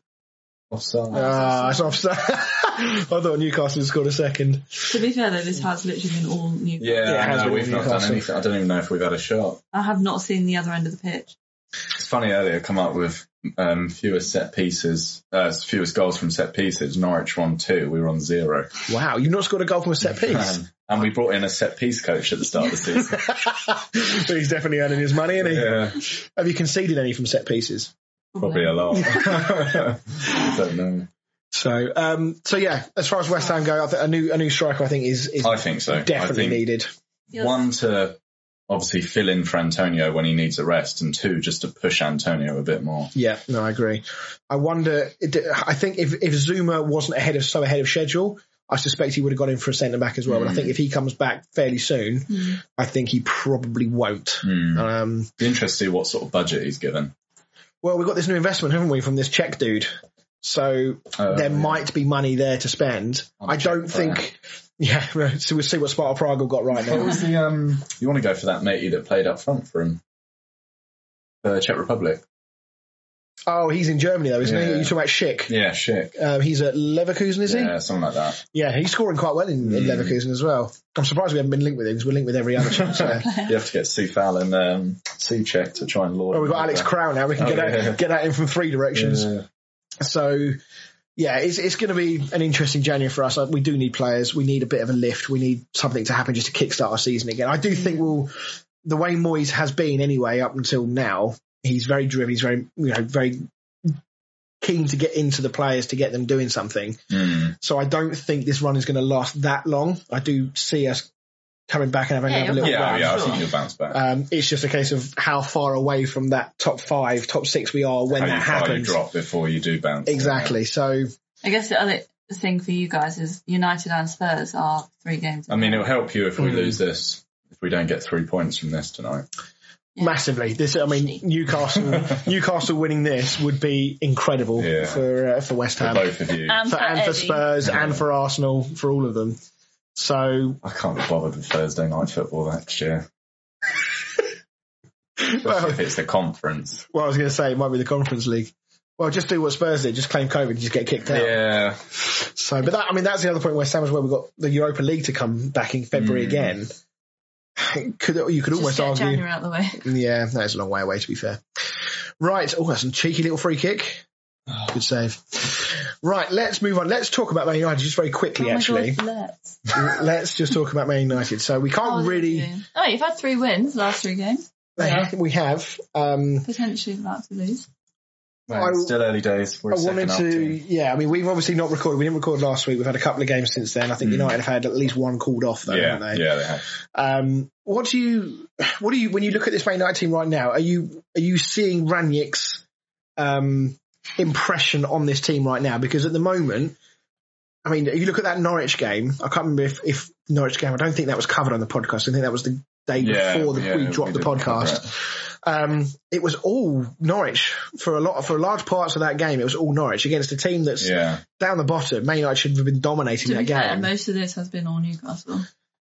Speaker 3: offside.
Speaker 2: so
Speaker 1: Ah, it's
Speaker 2: sorry.
Speaker 1: offside. I thought Newcastle had scored a second.
Speaker 2: To be fair though, this has literally been all new.
Speaker 3: yeah,
Speaker 1: it has
Speaker 3: I know,
Speaker 1: been
Speaker 3: we've not done
Speaker 1: Newcastle.
Speaker 3: anything. I don't even know if we've had a shot.
Speaker 2: I have not seen the other end of the pitch.
Speaker 3: It's funny earlier come up with um, fewest set pieces, uh, fewest goals from set pieces. Norwich won two, we were on zero.
Speaker 1: Wow, you've not scored a goal from a set piece.
Speaker 3: Um, and we brought in a set piece coach at the start of the season.
Speaker 1: so he's definitely earning his money, isn't he?
Speaker 3: yeah,
Speaker 1: Have you conceded any from set pieces?
Speaker 3: probably a lot. I don't know.
Speaker 1: So, um, so yeah, as far as West Ham go, I think a new a new striker I think is is
Speaker 3: I think so.
Speaker 1: definitely
Speaker 3: I think
Speaker 1: needed.
Speaker 2: Yes.
Speaker 3: one to obviously fill in for Antonio when he needs a rest, and two just to push Antonio a bit more.
Speaker 1: Yeah, no, I agree. I wonder. it- I think if if Zuma wasn't ahead of so ahead of schedule, I suspect he would have gone in for a centre back as well. But I
Speaker 3: Hmm.
Speaker 1: think if he comes back fairly soon, I think he probably won't.
Speaker 3: Hmm.
Speaker 1: Um,
Speaker 3: Be interested to see what sort of budget he's given.
Speaker 1: well, we've got this new investment, haven't we, from this Czech dude? So
Speaker 3: Uh,
Speaker 1: there might be money there to spend.
Speaker 3: On
Speaker 1: I
Speaker 3: Czech
Speaker 1: don't think. Yeah, right, so we'll see what Sparta Prague have got right
Speaker 3: What
Speaker 1: now.
Speaker 3: was the um? You want to go for that matey that played up front for him? Uh, Czech Republic.
Speaker 1: Oh, he's in Germany though, isn't he?
Speaker 3: Yeah.
Speaker 1: You talk about Schick.
Speaker 3: Yeah, shit.
Speaker 1: Um, he's at Leverkusen, is he?
Speaker 3: Yeah, something like that.
Speaker 1: Yeah, he's scoring quite well in, in
Speaker 3: Mm.
Speaker 1: Leverkusen as well. I'm surprised we haven't been linked with him because we're linked with every other Czech player.
Speaker 3: You have to get Sufal and um, Suchek to try and lord.
Speaker 1: Well, Oh, we've got
Speaker 3: him
Speaker 1: Alex
Speaker 3: over.
Speaker 1: Crow now. We can
Speaker 3: Oh,
Speaker 1: get out
Speaker 3: yeah.
Speaker 1: get at him from three directions.
Speaker 3: Yeah.
Speaker 1: So, yeah, it's it's going to be an interesting January for us. Uh, We do need players. We need a bit of a lift. We need something to happen just to kickstart our season again. I do think we'll the way Moyes has been anyway up until now. He's very driven. He's very you know very keen to get into the players to get them doing something.
Speaker 3: Mm.
Speaker 1: So I don't think this run is going to last that long. I do see us coming back and having
Speaker 2: Yeah,
Speaker 1: another
Speaker 2: you're
Speaker 1: little
Speaker 3: Yeah,
Speaker 1: run.
Speaker 3: yeah, I
Speaker 2: sure.
Speaker 3: think you'll bounce back.
Speaker 1: Um, it's just a case of how far away from that top five, top six we are when
Speaker 3: How
Speaker 1: that
Speaker 3: you, how you
Speaker 1: happens.
Speaker 3: drop before you do bounce.
Speaker 1: Exactly. So
Speaker 2: I guess the other thing for you guys is United and Spurs are three games.
Speaker 3: I mean, it'll help you if we
Speaker 1: Mm.
Speaker 3: lose this. If we don't get three points from this tonight,
Speaker 2: Yeah.
Speaker 1: massively, this I mean, Newcastle, Newcastle winning this would be incredible
Speaker 3: Yeah.
Speaker 1: for uh, for West
Speaker 3: for
Speaker 1: Ham,
Speaker 3: both of you,
Speaker 2: and
Speaker 1: for, and for
Speaker 2: Eddie.
Speaker 1: Spurs
Speaker 3: Yeah.
Speaker 1: and for Arsenal, for all of them. So
Speaker 3: I can't be bothered with Thursday night football next year. Especially
Speaker 1: Well-
Speaker 3: if it's the conference.
Speaker 1: Well, I was going to say it might be the Conference League. Well, just do what Spurs did, just claim COVID, and just get kicked out.
Speaker 3: Yeah,
Speaker 1: So, but that, I mean, that's the other point where Sam is where we've got the Europa League to come back in February
Speaker 3: Mm.
Speaker 1: again. Could you could
Speaker 2: Just
Speaker 1: almost
Speaker 2: get
Speaker 1: argue?
Speaker 2: January out the way.
Speaker 1: Yeah, that is a long way away. To be fair, right? Oh, that's a cheeky little free kick. Good save. Right, let's move on. Let's talk about Man United just very
Speaker 2: Oh
Speaker 1: quickly.
Speaker 2: my
Speaker 1: actually,
Speaker 2: God, Oh, let's.
Speaker 1: let's just talk about Man United. So we
Speaker 2: How are
Speaker 1: can't
Speaker 2: they
Speaker 1: really.
Speaker 2: doing? Oh, you've had three wins last three games. Yeah.
Speaker 1: We have. Um,
Speaker 2: Potentially about to lose.
Speaker 3: well,
Speaker 1: I-
Speaker 3: it's still early days. We're
Speaker 1: I
Speaker 3: a second
Speaker 1: wanted
Speaker 3: up
Speaker 1: to,
Speaker 3: team.
Speaker 1: yeah. I mean, we've obviously not recorded. We didn't record last week. We've had a couple of games since then. I think
Speaker 3: Mm.
Speaker 1: United have had at least one called off, though,
Speaker 3: yeah,
Speaker 1: haven't they?
Speaker 3: yeah, they have.
Speaker 1: Um, what do you, what do you, when you look at this Man United team right now, are you are you seeing Ranić's um, impression on this team right now? Because at the moment, I mean, you look at that Norwich game. I can't remember if, if Norwich game. I don't think that was covered on the podcast. I think that was the day
Speaker 3: Yeah,
Speaker 1: before the,
Speaker 3: yeah,
Speaker 1: we dropped the
Speaker 3: did cover
Speaker 1: podcast
Speaker 3: it.
Speaker 1: um, it was all Norwich for a lot for large parts of that game. It was all Norwich against a team that's
Speaker 3: Yeah,
Speaker 1: down the bottom. Man United should have been dominating
Speaker 2: To be
Speaker 1: that
Speaker 2: fair,
Speaker 1: game.
Speaker 2: most of this has been all Newcastle. Until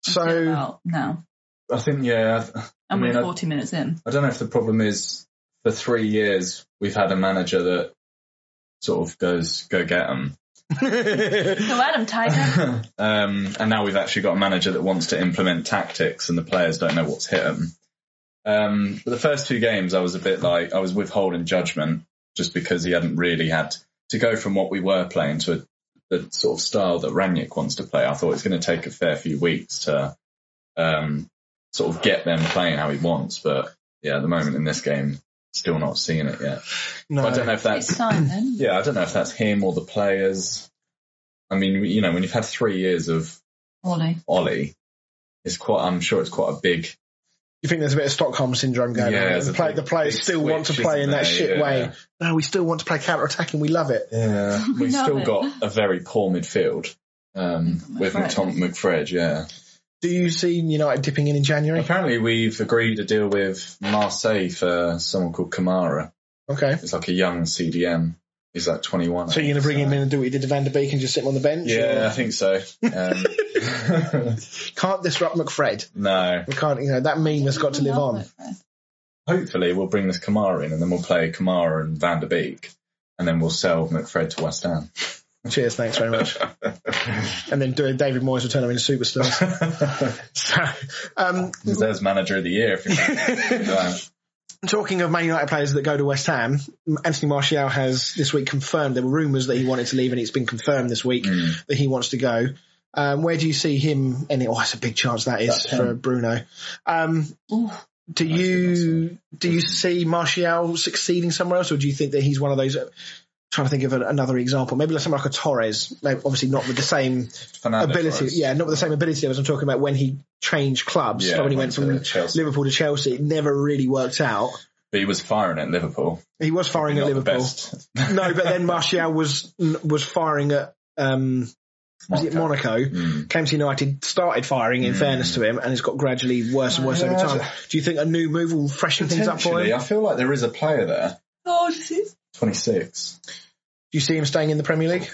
Speaker 1: so
Speaker 2: about now,
Speaker 3: I think yeah. I th- I
Speaker 2: and
Speaker 3: mean,
Speaker 2: we're
Speaker 3: I-
Speaker 2: 40 minutes in.
Speaker 3: I don't know if the problem is for three years we've had a manager that sort of goes go get them,
Speaker 2: So Adam Tiger.
Speaker 3: um, and now we've actually got a manager that wants to implement tactics, and the players don't know what's hit them. Um, but the first two games, I was a bit like I was withholding judgment just because he hadn't really had to go from what we were playing to a, the sort of style that Ranić wants to play. I thought it's going to take a fair few weeks to um, sort of get them playing how he wants, but yeah, at the moment in this game, still not seeing it yet.
Speaker 1: no,
Speaker 3: But I don't know if that's
Speaker 2: It's Simon.
Speaker 3: yeah, I don't know if that's him or the players. I mean, you know, when you've had three years of
Speaker 2: Ollie.
Speaker 3: Ollie, it's quite. I'm sure it's quite a big.
Speaker 1: you think there's a bit of Stockholm syndrome going
Speaker 3: Yeah,
Speaker 1: on.
Speaker 3: there's
Speaker 1: The,
Speaker 3: a
Speaker 1: play,
Speaker 3: big-
Speaker 1: the players
Speaker 3: big
Speaker 1: still want to
Speaker 3: switch,
Speaker 1: play in
Speaker 3: isn't
Speaker 1: that
Speaker 3: there?
Speaker 1: shit
Speaker 3: Yeah.
Speaker 1: way. No, we still want to play counter attacking. We love it.
Speaker 3: Yeah,
Speaker 2: We
Speaker 3: we've
Speaker 2: love
Speaker 3: still
Speaker 2: it.
Speaker 3: got a very poor midfield um, with
Speaker 2: McFred.
Speaker 3: Tom McFred. Yeah,
Speaker 1: Do you see United dipping in in January?
Speaker 3: apparently we've agreed a deal with Marseille for someone called Kamara.
Speaker 1: Okay.
Speaker 3: It's like a young CDM. He's like 21.
Speaker 1: So you're going to bring him in and do what you did to Van der Beek and just sit him on the bench?
Speaker 3: Yeah, I think so. Um,
Speaker 1: Or- Can't disrupt McFred.
Speaker 3: no,
Speaker 1: We can't, you know, that meme has got to live on.
Speaker 3: hopefully we'll bring this Kamara in and then we'll play Kamara and Van der Beek and then we'll sell McFred to West Ham.
Speaker 1: Cheers, thanks very much. and then do- David Moyes will turn them into superstars. so, um,
Speaker 3: Deserves manager of the year if you want.
Speaker 1: talking of Man United players that go to West Ham, Anthony Martial has this week confirmed there were rumours that he wanted to leave, and it's been confirmed this week
Speaker 3: Mm.
Speaker 1: that he wants to go. Um, where do you see him? Any? Oh, that's a big chance that is
Speaker 3: That's him.
Speaker 1: for Bruno. Um,
Speaker 2: Ooh.
Speaker 1: do you do you see Martial succeeding somewhere else, or do you think that he's one of those? Trying to think of an- another example, maybe like someone like a Torres, like, obviously not with the same
Speaker 3: Fernando
Speaker 1: ability.
Speaker 3: Torres.
Speaker 1: Yeah, not with the same ability as I'm talking about when he changed clubs.
Speaker 3: Yeah,
Speaker 1: like when he went
Speaker 3: went
Speaker 1: from
Speaker 3: to Chelsea.
Speaker 1: Liverpool to Chelsea, it never really worked out.
Speaker 3: But he was firing at Liverpool.
Speaker 1: He was firing
Speaker 3: Not
Speaker 1: at
Speaker 3: the
Speaker 1: Liverpool.
Speaker 3: best.
Speaker 1: No, but then Martial was was firing at um was it Monaco?
Speaker 3: Mm.
Speaker 1: Came to United, started firing. In
Speaker 3: Mm.
Speaker 1: fairness to him, and it's got gradually worse and worse over
Speaker 3: Yeah.
Speaker 1: time. Do you think a new move will freshen things up for him?
Speaker 3: Potentially, I feel like there is a player there.
Speaker 2: Oh, this is.
Speaker 3: 26.
Speaker 1: Do you see him staying in the Premier League?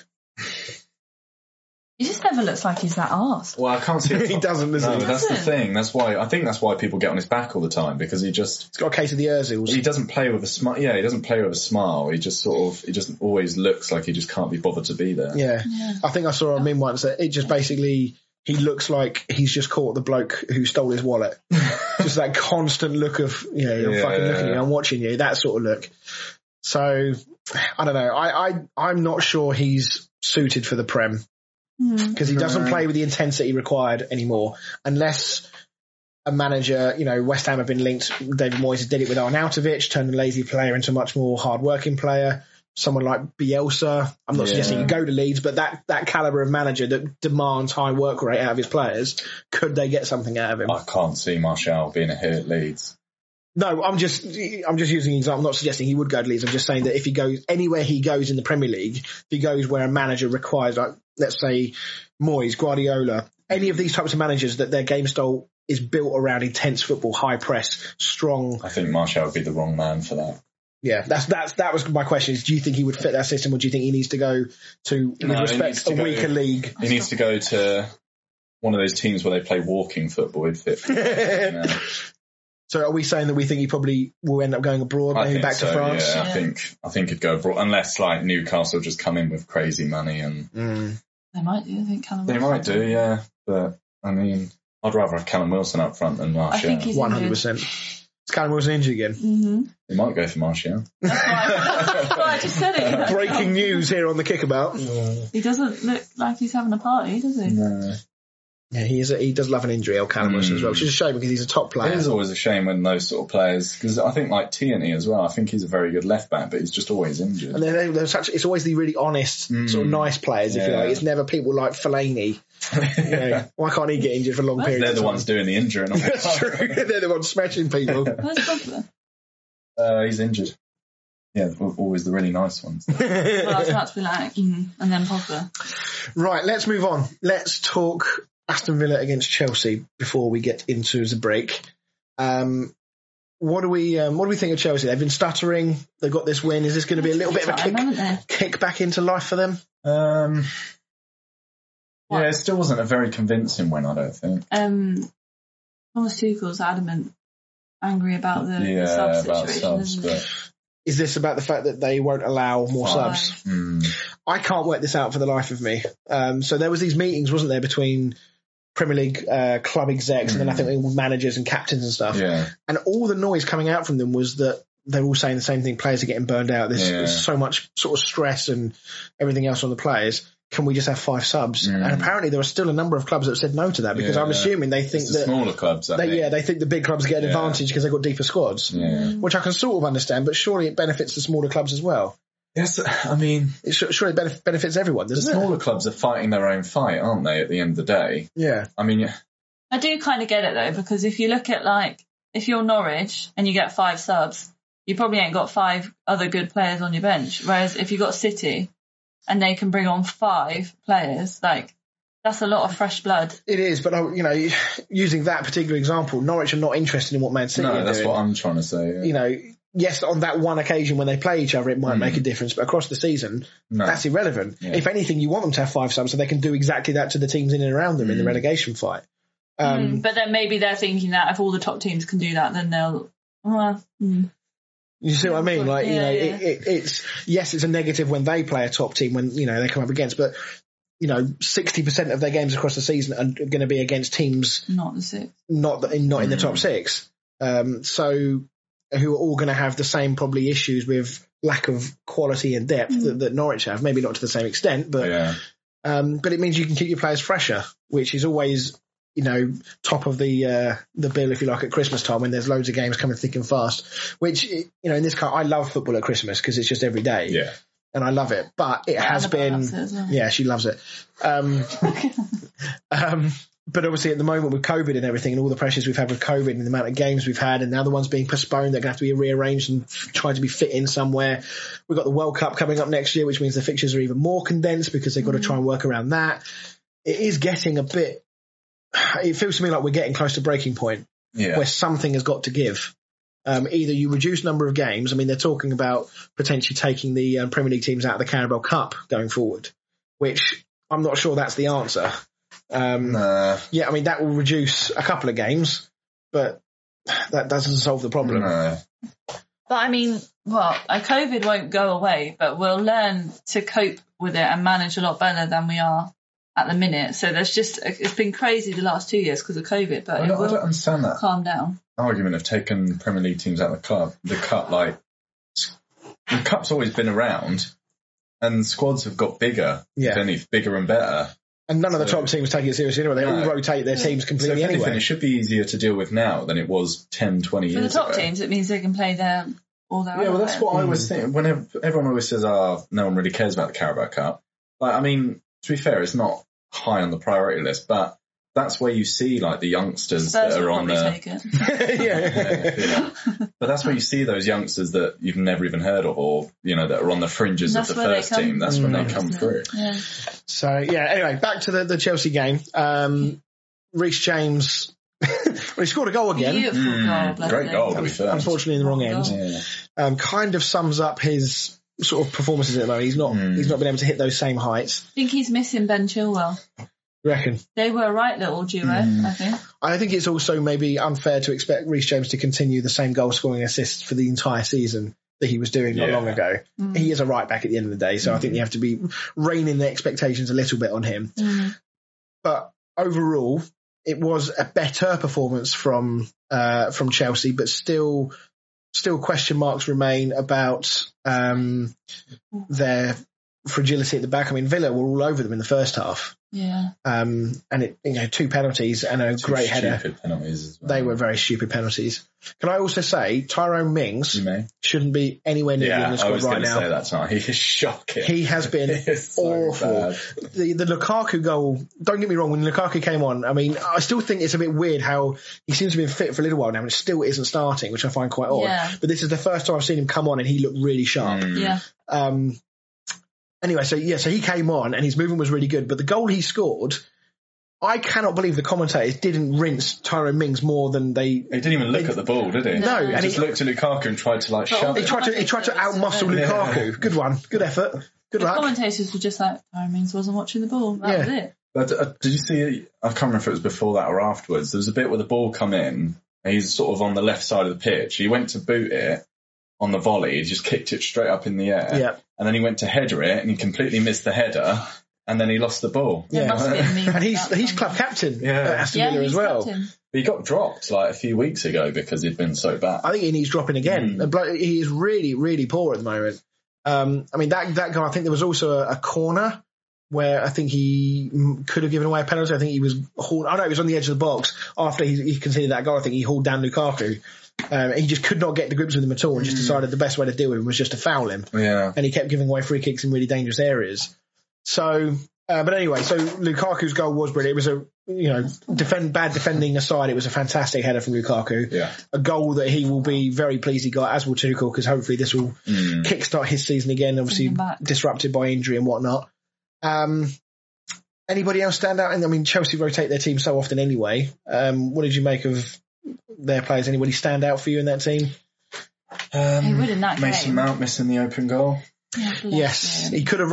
Speaker 2: He just never looks like he's that arsed.
Speaker 3: Well, I can't see.
Speaker 1: he doesn't, does
Speaker 3: No,
Speaker 1: he?
Speaker 3: that's the
Speaker 2: Doesn't.
Speaker 3: thing. That's why I think that's why people get on his back all the time because he just
Speaker 1: It's got a case of the Urzils.
Speaker 3: He doesn't play with a smile. Yeah, he doesn't play with a smile. He just sort of, he just always looks like he just can't be bothered to be there.
Speaker 1: Yeah.
Speaker 2: Yeah.
Speaker 1: I think I saw a meme once that it just basically he looks like he's just caught the bloke who stole his wallet. just that constant look of you know, I'm fucking
Speaker 3: Yeah.
Speaker 1: looking at you, I'm watching you, that sort of look. So I don't know. I, I I'm not sure he's suited for the Prem
Speaker 2: Hmm.
Speaker 1: because he doesn't
Speaker 3: No.
Speaker 1: play with the intensity required anymore unless a manager, you know, West Ham have been linked. David Moyes did it with Arnautovic, turned a lazy player into a much more hard-working player. someone like Bielsa. I'm not
Speaker 3: Yeah.
Speaker 1: suggesting you go to Leeds, but that that caliber of manager that demands high work rate out of his players, could they get something out of him?
Speaker 3: I can't see Martial being a hit at Leeds.
Speaker 1: No, I'm just I'm just using an example. I'm not suggesting he would go to Leeds. I'm just saying that if he goes anywhere he goes in the Premier League, if he goes where a manager requires, like let's say Moyes, Guardiola, any of these types of managers that their game style is built around intense football, high press, strong.
Speaker 3: I think Martial would be the wrong man for that.
Speaker 1: Yeah, that's that's that was my question. Is do you think he would fit that system, or do you think he needs to go to with
Speaker 3: No, he needs
Speaker 1: respect
Speaker 3: to
Speaker 1: a
Speaker 3: go-
Speaker 1: weaker league?
Speaker 3: He needs to go to one of those teams where they play walking football. He'd fit. Yeah.
Speaker 1: So are we saying that we think he probably will end up going abroad,
Speaker 3: I
Speaker 1: maybe
Speaker 3: think
Speaker 1: back
Speaker 3: so,
Speaker 1: to France?
Speaker 3: Yeah, I
Speaker 2: Yeah.
Speaker 3: think I think it'd go abroad unless like Newcastle just come in with crazy money and
Speaker 1: Mm.
Speaker 2: They might do. I think Callum.
Speaker 3: they
Speaker 2: Wilson.
Speaker 3: might do, yeah. But I mean, I'd rather have Callum Wilson up front than Martial.
Speaker 2: I think he's
Speaker 1: One hundred percent. It's Callum Wilson injured again.
Speaker 2: hmm
Speaker 3: He might go for Martial.
Speaker 2: That's why that's why I just said it.
Speaker 1: Breaking news here on the kickabout.
Speaker 2: He doesn't look like he's having a party, does he?
Speaker 3: No.
Speaker 1: Yeah, he is. A, he does love an injury, El Callum Wilson as well, which is a shame because he's a top
Speaker 3: It
Speaker 1: player.
Speaker 3: is always a shame when those sort of players, because I think like Tierney as well. I think he's a very good left back, but he's just always injured.
Speaker 1: And they're, they're such. It's always the really honest, sort of nice players. If you
Speaker 3: Mm. Yeah.
Speaker 1: like, it's never people like Fellaini. You know, why can't he get injured for long periods?
Speaker 3: They're
Speaker 1: of
Speaker 3: the
Speaker 1: time?
Speaker 3: ones doing the injuring.
Speaker 1: That's true. they're the ones smashing people.
Speaker 2: Where's Pogba?
Speaker 3: Uh, he's injured. Yeah, al- always the really nice ones.
Speaker 2: Well, I was about to be like, mm, and then Pogba.
Speaker 1: Right, let's move on. Let's talk Aston Villa against Chelsea before we get into the break. Um, what do we um, what do we think of Chelsea? They've been stuttering. They've got this win. Is this going to be a little bit of a
Speaker 2: Time,
Speaker 1: kick
Speaker 2: haven't they?
Speaker 1: kick back into life for them?
Speaker 3: Um,
Speaker 2: What?
Speaker 3: yeah, it still wasn't a very convincing win, I don't think.
Speaker 2: Um, Thomas Tuchel's adamant, angry about Uh, the, the sub
Speaker 3: Yeah, about
Speaker 2: situation.
Speaker 3: subs,
Speaker 2: isn't he?
Speaker 3: but
Speaker 1: Is this about the fact that they won't allow more
Speaker 3: Five.
Speaker 1: subs?
Speaker 3: mm,
Speaker 1: I can't work this out for the life of me. Um, so there was these meetings, wasn't there, between Premier League uh, club execs and then I think all managers and captains and stuff.
Speaker 3: yeah,
Speaker 1: And all the noise coming out from them was that they're all saying the same thing: players are getting burned out. There's,
Speaker 3: Yeah.
Speaker 1: there's so much sort of stress and everything else on the players. Can we just have five subs?
Speaker 3: Mm.
Speaker 1: And apparently there are still a number of clubs that have said no to that because
Speaker 3: Yeah.
Speaker 1: I'm assuming they think
Speaker 3: it's the
Speaker 1: that
Speaker 3: smaller clubs. I
Speaker 1: they,
Speaker 3: think.
Speaker 1: yeah they think the big clubs get an
Speaker 3: Yeah.
Speaker 1: advantage because they've got deeper squads,
Speaker 3: yeah.
Speaker 1: which I can sort of understand. But surely it benefits the smaller clubs as well.
Speaker 3: Yes, I mean
Speaker 1: It su- surely benef- benefits everyone,
Speaker 3: the
Speaker 1: doesn't it?
Speaker 3: smaller clubs are fighting their own fight, aren't they? At the end of the day,
Speaker 1: Yeah.
Speaker 3: I mean, yeah,
Speaker 2: I do kind of get it though, because if you look at like, if you're Norwich and you get five subs, you probably ain't got five other good players on your bench. Whereas if you got City and they can bring on five players, like, that's a lot of fresh blood.
Speaker 1: It is, but I, you know, using that particular example, Norwich are not interested in what Man City
Speaker 3: no,
Speaker 1: are
Speaker 3: that's
Speaker 1: doing.
Speaker 3: what I'm trying to say. yeah.
Speaker 1: you know, yes, on that one occasion when they play each other, it might make a difference, but across the season,
Speaker 3: Mm. No.
Speaker 1: that's irrelevant.
Speaker 3: Yeah.
Speaker 1: If anything, you want them to have five subs so they can do exactly that to the teams in and around them in
Speaker 3: Mm.
Speaker 1: the relegation fight. Um,
Speaker 2: Mm, but then maybe they're thinking that if all the top teams can do that, then they'll. Well, mm.
Speaker 1: You see what I mean? Like, you
Speaker 2: Yeah,
Speaker 1: know,
Speaker 2: yeah.
Speaker 1: It, it, it's, yes, it's a negative when they play a top team when, you know, they come up against, but, you know, 60% of their games across the season are going to be against teams
Speaker 2: not the six.
Speaker 1: not the, not in the
Speaker 3: Mm.
Speaker 1: top six. Um, so who are all going to have the same probably issues with lack of quality and depth that,
Speaker 2: Mm.
Speaker 1: that Norwich have? Maybe not to the same extent, but
Speaker 3: yeah,
Speaker 1: um, but it means you can keep your players fresher, which is always you know top of the uh, the bill if you like at Christmas time when there's loads of games coming thick and fast. Which you know in this car I love football at Christmas because it's just every day
Speaker 3: yeah.
Speaker 1: and I love it, but it has
Speaker 2: Annabelle
Speaker 1: been.
Speaker 2: loves it as well.
Speaker 1: Yeah, she loves it. Um, um, but obviously, at the moment with COVID and everything, and all the pressures we've had with COVID, and the amount of games we've had, and now the ones being postponed, they're going to have to be rearranged and f- tried to be fit in somewhere. We've got the World Cup coming up next year, which means the fixtures are even more condensed because they've got to try and work around that. It is getting a bit. It feels to me like we're getting close to breaking point
Speaker 3: yeah.
Speaker 1: where something has got to give. Um, either you reduce number of games. I mean, they're talking about potentially taking the um, Premier League teams out of the Carabao Cup going forward, which I'm not sure that's the answer. Um,
Speaker 3: Nah,
Speaker 1: Yeah, I mean that will reduce a couple of games, but that doesn't solve the problem.
Speaker 3: nah.
Speaker 2: But I mean, well, uh, COVID won't go away, but we'll learn to cope with it and manage a lot better than we are at the minute. So there's just it's been crazy the last two years because of COVID, but
Speaker 3: I
Speaker 2: it
Speaker 3: don't, I don't
Speaker 2: will
Speaker 3: understand that
Speaker 2: calm down.
Speaker 3: argument of taking Premier League teams out of the club. The cup, like the cup's always been around, and squads have got bigger,
Speaker 1: Yeah.
Speaker 3: if any, bigger and better.
Speaker 1: And none of the
Speaker 3: So-
Speaker 1: top teams take it seriously anyway. They all
Speaker 3: No.
Speaker 1: rotate their teams
Speaker 3: So if
Speaker 1: completely
Speaker 3: anything,
Speaker 1: anyway.
Speaker 3: it should be easier to deal with now than it was 10, 20
Speaker 2: For the
Speaker 3: years
Speaker 2: top
Speaker 3: ago.
Speaker 2: teams, it means they can play their All their
Speaker 3: Yeah,
Speaker 2: own
Speaker 3: well, that's
Speaker 2: way.
Speaker 3: what I always
Speaker 1: Hmm.
Speaker 3: think. Whenever everyone always says, "Oh, no one really cares about the Carabao Cup," like, I mean, to be fair, it's not high on the priority list, but that's where you see like the youngsters
Speaker 2: Spurs
Speaker 3: that
Speaker 2: will
Speaker 3: are on
Speaker 2: probably
Speaker 3: the.
Speaker 2: take it.
Speaker 1: yeah.
Speaker 3: you know. But that's where you see those youngsters that you've never even heard of, or you know, that are on the fringes
Speaker 2: That's
Speaker 3: of the
Speaker 2: where they
Speaker 3: first
Speaker 2: come
Speaker 3: team. That's when
Speaker 1: from,
Speaker 3: they come
Speaker 2: isn't
Speaker 3: through.
Speaker 2: Yeah.
Speaker 1: So yeah, anyway, back to the, the Chelsea game. Um, Reece James, well, he scored a goal again.
Speaker 2: Beautiful goal,
Speaker 3: Mm,
Speaker 2: bloody
Speaker 3: great goal to be fair.
Speaker 1: Unfortunately, in the wrong end,
Speaker 3: Yeah.
Speaker 1: um, kind of sums up his sort of performances at the moment. He's not
Speaker 3: Mm.
Speaker 1: he's not been able to hit those same heights.
Speaker 2: I think he's missing Ben Chilwell.
Speaker 1: You reckon?
Speaker 2: They were a right little duo,
Speaker 3: Mm.
Speaker 2: I think.
Speaker 1: I think it's also maybe unfair to expect Reece James to continue the same goal scoring assists for the entire season that he was doing not
Speaker 3: Yeah.
Speaker 1: long ago.
Speaker 2: Hmm. Mm.
Speaker 1: He is a right back at the end of the day, so I think you have to be reining the expectations a little bit on him.
Speaker 2: Mm.
Speaker 1: But overall, it was a better performance from uh, from Chelsea, but still still question marks remain about um, their fragility at the back. I mean, Villa were all over them in the first half.
Speaker 2: Yeah.
Speaker 1: Um, and it, you know, two penalties and a great header.
Speaker 3: Stupid penalties as well.
Speaker 1: They were very stupid penalties. Can I also say Tyrone Mings
Speaker 3: You may.
Speaker 1: shouldn't be anywhere near
Speaker 3: Yeah,
Speaker 1: the
Speaker 3: I
Speaker 1: squad
Speaker 3: was
Speaker 1: right
Speaker 3: going to say
Speaker 1: now.
Speaker 3: that tonight. He is shocking.
Speaker 1: He has been
Speaker 3: He is so
Speaker 1: awful.
Speaker 3: bad.
Speaker 1: The the Lukaku goal. Don't get me wrong. When Lukaku came on, I mean, I still think it's a bit weird how he seems to have been fit for a little while now and still isn't starting, which I find quite odd.
Speaker 2: Yeah.
Speaker 1: But this is the first time I've seen him come on and he looked really sharp.
Speaker 3: Mm.
Speaker 2: Yeah.
Speaker 1: Um, anyway, so yeah, so he came on and his movement was really good, but the goal he scored, I cannot believe the commentators didn't rinse Tyrone Mings more than they.
Speaker 3: He didn't even look at the ball, did he?
Speaker 1: No,
Speaker 2: No.
Speaker 3: He
Speaker 1: and
Speaker 3: just
Speaker 1: he,
Speaker 3: looked at Lukaku and tried to like
Speaker 2: But all
Speaker 3: shove
Speaker 2: the
Speaker 1: he
Speaker 3: it.
Speaker 1: tried to he tried to outmuscle
Speaker 3: Yeah.
Speaker 1: Lukaku. Good one, good effort, good
Speaker 2: The
Speaker 1: luck.
Speaker 2: commentators were just like, Tyrone Mings wasn't watching the ball. That
Speaker 1: Yeah.
Speaker 2: was it.
Speaker 3: But uh, did you see? I can't remember if it was before that or afterwards. There was a bit where the ball come in. And he's sort of on the left side of the pitch. He went to boot it on the volley. He just kicked it straight up in the air.
Speaker 1: Yeah.
Speaker 3: And then he went to header it, and he completely missed the header. And then he lost the ball.
Speaker 2: There
Speaker 1: Yeah.
Speaker 2: must have been a meme
Speaker 1: And he's
Speaker 2: about
Speaker 1: he's
Speaker 2: that
Speaker 1: club
Speaker 2: one.
Speaker 1: captain
Speaker 3: Yeah.
Speaker 1: at Aston
Speaker 2: Yeah,
Speaker 1: Villa
Speaker 2: he's
Speaker 1: as well.
Speaker 2: captain.
Speaker 3: He got dropped like a few weeks ago because he'd been so bad.
Speaker 1: I think he needs dropping again.
Speaker 3: Mm.
Speaker 1: And blo- He is really, really poor at the moment. Um, I mean, that that guy. I think there was also a, a corner where I think he mm, could have given away a penalty. I think he was hauled. I know he was on the edge of the box after he, he conceded that goal. I think he hauled down Lukaku. Um, he just could not get the grips with him at all, and just decided the best way to deal with him was just to foul him.
Speaker 3: Yeah.
Speaker 1: And he kept giving away free kicks in really dangerous areas. So, uh, but anyway, so Lukaku's goal was brilliant. It was a you know defend bad defending aside, it was a fantastic header from Lukaku
Speaker 3: Yeah.
Speaker 1: a goal that he will be very pleased he got, as will Tuchel, because hopefully this will
Speaker 3: Mm.
Speaker 1: kickstart his season again. Obviously
Speaker 2: him back.
Speaker 1: disrupted by injury and whatnot. Um, anybody else stand out? And I mean, Chelsea rotate their team so often anyway. Um, what did you make of their players? Anybody stand out for you in that team?
Speaker 3: Um,
Speaker 2: He would in that
Speaker 3: Mason
Speaker 2: game.
Speaker 3: Mount missing the open goal.
Speaker 2: Yeah, bless
Speaker 1: Yes,
Speaker 2: him.
Speaker 1: he could have.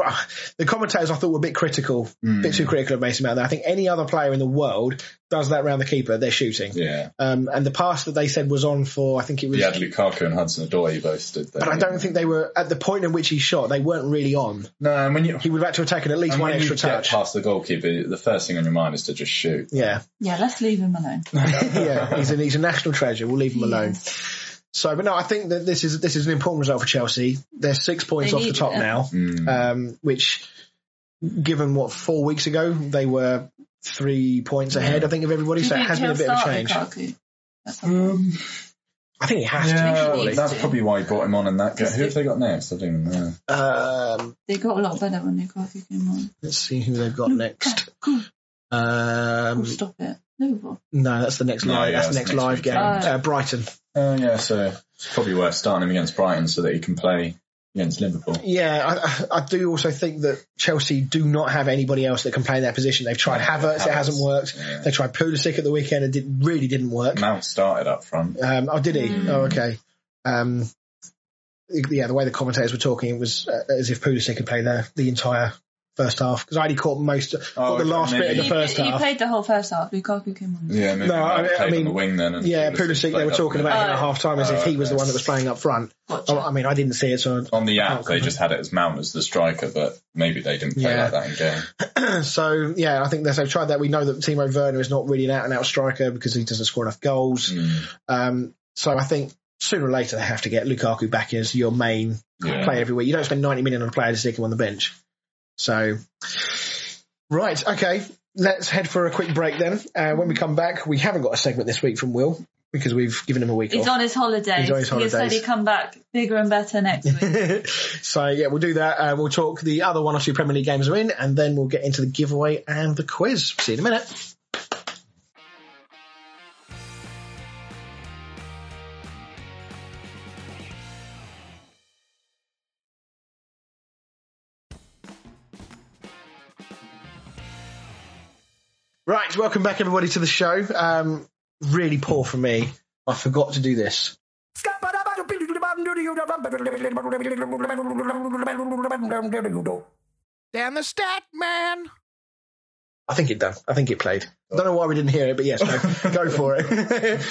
Speaker 1: The commentators I thought were a bit critical,
Speaker 3: Mm.
Speaker 1: a bit too critical of Mason Mount. There, I think any other player in the world does that round the keeper, they're shooting.
Speaker 3: Yeah.
Speaker 1: Um, and the pass that they said was on for, I think it was
Speaker 3: You had Lukaku and Hudson Odoi both stood there.
Speaker 1: but I don't think they were at the point at which he shot. They weren't really on.
Speaker 3: No, and when you
Speaker 1: He would have had to have taken at least
Speaker 3: and
Speaker 1: one
Speaker 3: when you
Speaker 1: extra
Speaker 3: get
Speaker 1: touch.
Speaker 3: past the goalkeeper, the first thing on your mind is to just shoot.
Speaker 1: Yeah,
Speaker 2: Yeah, let's leave him alone.
Speaker 1: yeah. He's a he's a national treasure. We'll leave him alone. So, but no, I think that this is this is an important result for Chelsea. They're six points
Speaker 2: They
Speaker 1: off the
Speaker 2: needed
Speaker 1: top
Speaker 2: it.
Speaker 1: now,
Speaker 3: Mm.
Speaker 1: um, which, given what four weeks ago they were three points ahead, I think of everybody.
Speaker 2: Do you
Speaker 1: So it
Speaker 2: think
Speaker 1: has been
Speaker 2: he'll
Speaker 1: a bit of a
Speaker 2: start
Speaker 1: change.
Speaker 2: Lukaku? That's all.
Speaker 3: Um,
Speaker 1: I think it has
Speaker 3: yeah,
Speaker 1: to. Surely.
Speaker 3: that's probably why he brought him on in that game. Who have they got next? I don't even know.
Speaker 1: Um,
Speaker 2: They got a lot better when Lukaku came on.
Speaker 1: let's see who they've got next.
Speaker 2: Cool.
Speaker 1: Um,
Speaker 2: Oh, stop it. Liverpool.
Speaker 1: no, that's the next
Speaker 3: No,
Speaker 1: live.
Speaker 3: yeah,
Speaker 1: that's the next
Speaker 3: that's
Speaker 1: live
Speaker 3: next
Speaker 1: game.
Speaker 2: weekend.
Speaker 1: Uh, Brighton.
Speaker 3: Uh, yeah, so it's probably worth starting him against Brighton so that he can play against Liverpool.
Speaker 1: Yeah, I- I, I do also think that Chelsea do not have anybody else that can play their position. They've tried Havertz, it hasn't worked.
Speaker 3: Yeah.
Speaker 1: They tried Pulisic at the weekend, it did, really didn't work.
Speaker 3: Mount started up front.
Speaker 1: Um, oh, did he?
Speaker 2: Mm.
Speaker 1: Oh, okay. Um, yeah, the way the commentators were talking, it was uh, as if Pulisic had played the, the entire first half because I only caught most, caught the
Speaker 3: Oh, okay,
Speaker 1: last bit of
Speaker 3: maybe.
Speaker 1: the
Speaker 2: he,
Speaker 1: first
Speaker 2: he
Speaker 1: half.
Speaker 2: played the whole first half. Lukaku came on.
Speaker 3: Yeah, maybe
Speaker 1: No,
Speaker 3: Mount
Speaker 1: I- I
Speaker 3: played on
Speaker 1: mean-
Speaker 3: the wing then. And
Speaker 1: yeah, Pulisic. They
Speaker 3: played
Speaker 1: were
Speaker 3: up
Speaker 1: talking
Speaker 3: front.
Speaker 1: about him at
Speaker 2: Oh.
Speaker 1: half time as if
Speaker 3: Oh,
Speaker 1: he was the
Speaker 3: okay.
Speaker 1: one that was playing up front. Oh,
Speaker 2: Gotcha.
Speaker 1: I I mean, I didn't see it, so
Speaker 3: on the app,
Speaker 1: Can't
Speaker 3: they just had it as Mount as the striker, but maybe they didn't play
Speaker 1: Yeah.
Speaker 3: like that in game.
Speaker 1: so yeah, I think they've they've tried that. We know that Timo Werner is not really an out and out striker because he doesn't score enough goals.
Speaker 3: Mm,
Speaker 1: Um, so I think sooner or later they have to get Lukaku back as your main
Speaker 3: yeah.
Speaker 1: player every week. You don't spend 90 million on a player to stick him on the bench. So, right, okay, let's head for a quick break then. Uh, when we come back, we haven't got a segment this week from Will. because we've given him a week
Speaker 2: He's
Speaker 1: off.
Speaker 2: on his holidays.
Speaker 1: He's on his
Speaker 2: He said
Speaker 1: holidays.
Speaker 2: he'd come back bigger and better next week.
Speaker 1: so yeah, we'll do that. Uh, we'll talk the other one or two Premier League games we're in, and then we'll get into the giveaway and the quiz. See you in a minute. Right, welcome back everybody to the show. Um, really poor for me. I forgot to do this.
Speaker 4: Dan the Stat Man.
Speaker 1: I think it done. I think it played. I don't know why we didn't hear it, but yes, no, go for it.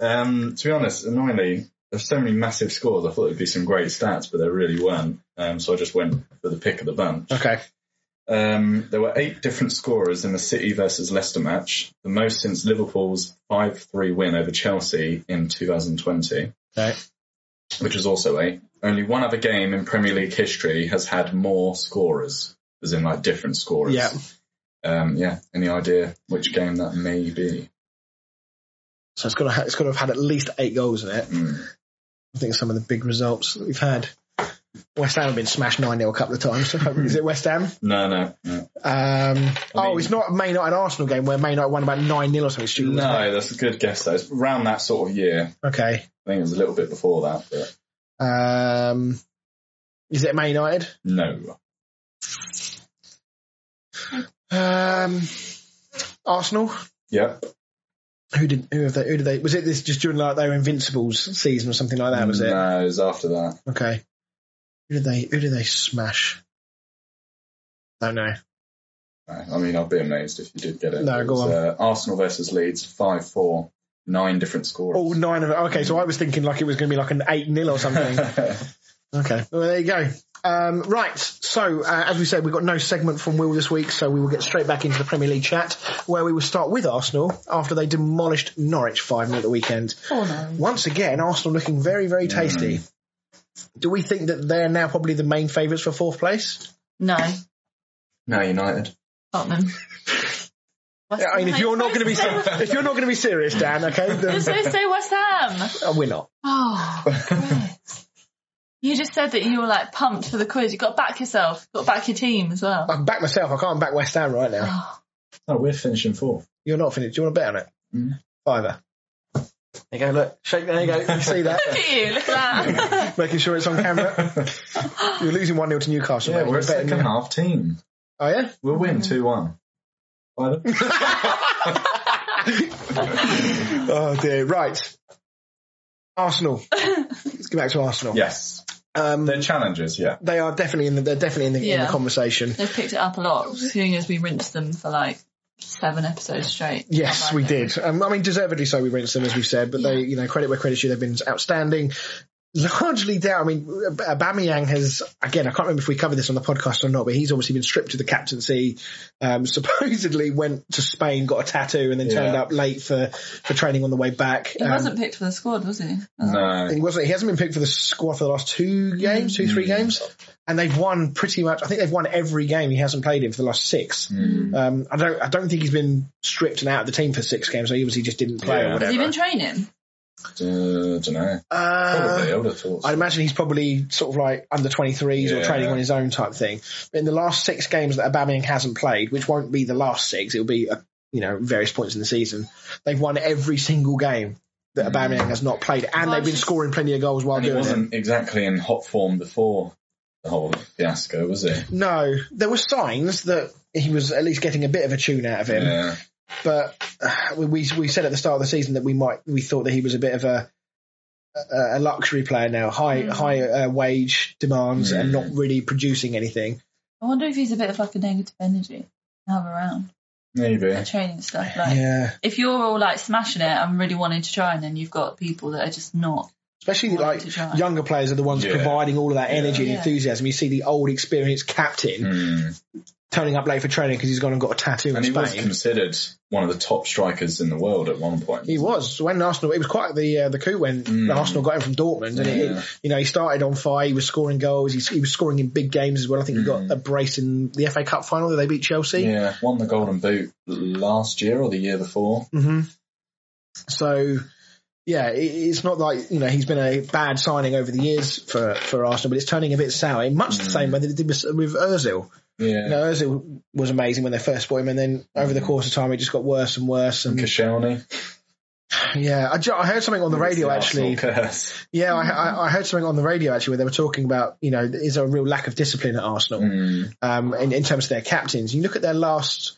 Speaker 3: Um, to be honest, annoyingly, there's so many massive scores. I thought it'd be some great stats, but there really weren't. Um, so I just went for the pick of the bunch.
Speaker 1: okay.
Speaker 3: Um, there were eight different scorers in the City versus Leicester match, the most since Liverpool's 5-3 win over Chelsea in 2020,
Speaker 1: Right.
Speaker 3: which was also eight. Only one other game in Premier League history has had more scorers, as in like different scorers.
Speaker 1: Yeah.
Speaker 3: Um, yeah. Any idea which game that may be?
Speaker 1: So it's got to ha- it's got to have had at least eight goals in it.
Speaker 3: Hmm.
Speaker 1: I think some of the big results that we've had. West Ham have been smashed nine 0 a couple of times. Is it West Ham?
Speaker 3: No, no, no.
Speaker 1: Um, oh, it's not May night an Arsenal game where May night won about nine 0 or something stupid. wasn't
Speaker 3: No, that's a good guess though. It's around that sort of year.
Speaker 1: it? Okay.
Speaker 3: I think it was a little bit before that, but
Speaker 1: Um, is it Man United?
Speaker 3: no.
Speaker 1: Um, Arsenal.
Speaker 3: Yep.
Speaker 1: Who did who have they? Who did they? Was it this just during like their Invincibles season or something like that? Was it?
Speaker 3: No, it was after that.
Speaker 1: Okay. Who did they who did they smash? I don't know.
Speaker 3: I mean, I'd be amazed if you did get it.
Speaker 1: No,
Speaker 3: It
Speaker 1: go
Speaker 3: was,
Speaker 1: on.
Speaker 3: Uh, Arsenal versus Leeds, 5 4, nine different scores.
Speaker 1: All Oh, nine of it. Okay, so I was thinking like it was going to be like an 8 0 or something. okay, well, there you go. Um, right, so uh, as we said, we've got no segment from Will this week, so we will get straight back into the Premier League chat, where we will start with Arsenal after they demolished Norwich 5 0 at the weekend.
Speaker 2: Oh no.
Speaker 1: Once again, Arsenal looking very, very tasty. Do we think that they're now probably the main favourites for fourth place?
Speaker 2: No.
Speaker 3: no, United.
Speaker 2: Tottenham. West
Speaker 1: I mean, if
Speaker 2: Ham.
Speaker 1: you're not going to be
Speaker 2: Why
Speaker 1: if you're not going to be serious, Dan, okay,
Speaker 2: did
Speaker 1: then
Speaker 2: they say West Ham.
Speaker 1: uh, we're not.
Speaker 2: Oh, Chris. you just said that you were like pumped for the quiz. You've got to back yourself. You've got to back your team as well.
Speaker 1: I can back myself. I can't back West Ham right now.
Speaker 2: Oh,
Speaker 3: Oh, we're finishing fourth.
Speaker 1: You're not finished. Do you want to bet on it?
Speaker 3: Mm.
Speaker 1: Fiver. There you go. Look, shake. There you go. You see that?
Speaker 2: look at you. Look at that.
Speaker 1: Making sure it's on camera. You're losing one 0 to Newcastle.
Speaker 3: Yeah,
Speaker 1: mate.
Speaker 3: we're a
Speaker 1: You're betting-
Speaker 3: second half team.
Speaker 1: Oh yeah.
Speaker 3: We'll win 2 1.
Speaker 1: Oh dear. Right. Arsenal. Let's get back to Arsenal.
Speaker 3: yes.
Speaker 1: Um,
Speaker 3: They're challengers, yeah.
Speaker 1: they are definitely in the. They're definitely in the, in
Speaker 2: Yeah.
Speaker 1: the conversation.
Speaker 2: They've picked it up a lot, seeing as we rinsed them for like seven episodes straight.
Speaker 1: Yes, we did. Um, I mean, deservedly so. We rinsed them, as we said, but they, you know, credit where credit's due. They've been outstanding. Largely down. I mean, Bamiyang has again. I can't remember if we covered this on the podcast or not, but he's obviously been stripped of the captaincy. Um, supposedly went to Spain, got a tattoo, and then turned
Speaker 3: Yeah.
Speaker 1: up late for for training on the way back. Um,
Speaker 2: He wasn't picked for the squad, was he?
Speaker 1: Uh,
Speaker 3: No.
Speaker 1: He wasn't. He hasn't been picked for the squad for the last two games, two three games, and they've won pretty much. I think they've won every game he hasn't played in for the last six. Um, I don't. I don't think he's been stripped and out of the team for six games. So he obviously just didn't play
Speaker 3: Yeah.
Speaker 1: or
Speaker 2: Has he
Speaker 1: whatever.
Speaker 2: been training?
Speaker 3: don't know. Probably,
Speaker 1: Uh,
Speaker 3: I would have thought.
Speaker 1: I imagine he's probably sort of like under 23s or
Speaker 3: Yeah.
Speaker 1: training on his own type thing. But in the last six games that Aubameyang hasn't played, which won't be the last six, it'll be uh you know various points in the season. They've won every single game that Aubameyang has not played, and
Speaker 2: Well,
Speaker 1: they've been
Speaker 2: just-
Speaker 1: scoring plenty of goals while
Speaker 3: Mm. and he
Speaker 1: doing it.
Speaker 3: wasn't exactly in hot form before the whole fiasco, was he?
Speaker 1: No, there were signs that he was at least getting a bit of a tune out of him.
Speaker 3: Yeah.
Speaker 1: But uh, we, we we said at the start of the season that we might we thought that he was a bit of a a a luxury player now, high
Speaker 2: Mm.
Speaker 1: high uh, wage demands and not
Speaker 3: Mm.
Speaker 1: really producing anything.
Speaker 2: I wonder if he's a bit of like a negative energy to have around
Speaker 3: Maybe.
Speaker 2: the training stuff. Like,
Speaker 1: Yeah,
Speaker 2: if you're all like smashing it and really wanting to try, and then you've got people that are just not.
Speaker 1: especially
Speaker 2: Wanted
Speaker 1: like
Speaker 2: to try.
Speaker 1: younger players are the ones
Speaker 3: Yeah.
Speaker 1: providing all of that energy and
Speaker 2: Yeah.
Speaker 1: enthusiasm. You see the old experienced captain
Speaker 3: Hmm.
Speaker 1: turning up late for training because he's gone and got a tattoo in
Speaker 3: And he was
Speaker 1: Spain.
Speaker 3: considered one of the top strikers in the world at one point.
Speaker 1: He was when Arsenal. It was quite the uh, the coup when Arsenal got him from Dortmund, and it,
Speaker 3: Mm. Yeah.
Speaker 1: you know he started on fire. He was scoring goals. He, he was scoring in big games as well. I think he
Speaker 3: Mm.
Speaker 1: got a brace in the FA Cup final that they beat Chelsea.
Speaker 3: Yeah, won the Golden Boot last year or the year before.
Speaker 1: Mm-hmm. So yeah, it, it's not like you know he's been a bad signing over the years for, for Arsenal, but it's turning a bit sour. In much the same way that it did with, with Özil.
Speaker 3: Mm. Yeah. Mm.
Speaker 1: You know, Özil was amazing when they first bought him, and then over the course of time, it just got worse and worse. And
Speaker 3: Koscielny.
Speaker 1: yeah, I, ju- I heard something on the radio
Speaker 3: It's the
Speaker 1: actually.
Speaker 3: Arsenal curse.
Speaker 1: Yeah, I, I, I heard something on the radio actually where they were talking about you know is there a real lack of discipline at Arsenal
Speaker 3: Mm.
Speaker 1: um, in, in terms of their captains. You look at their last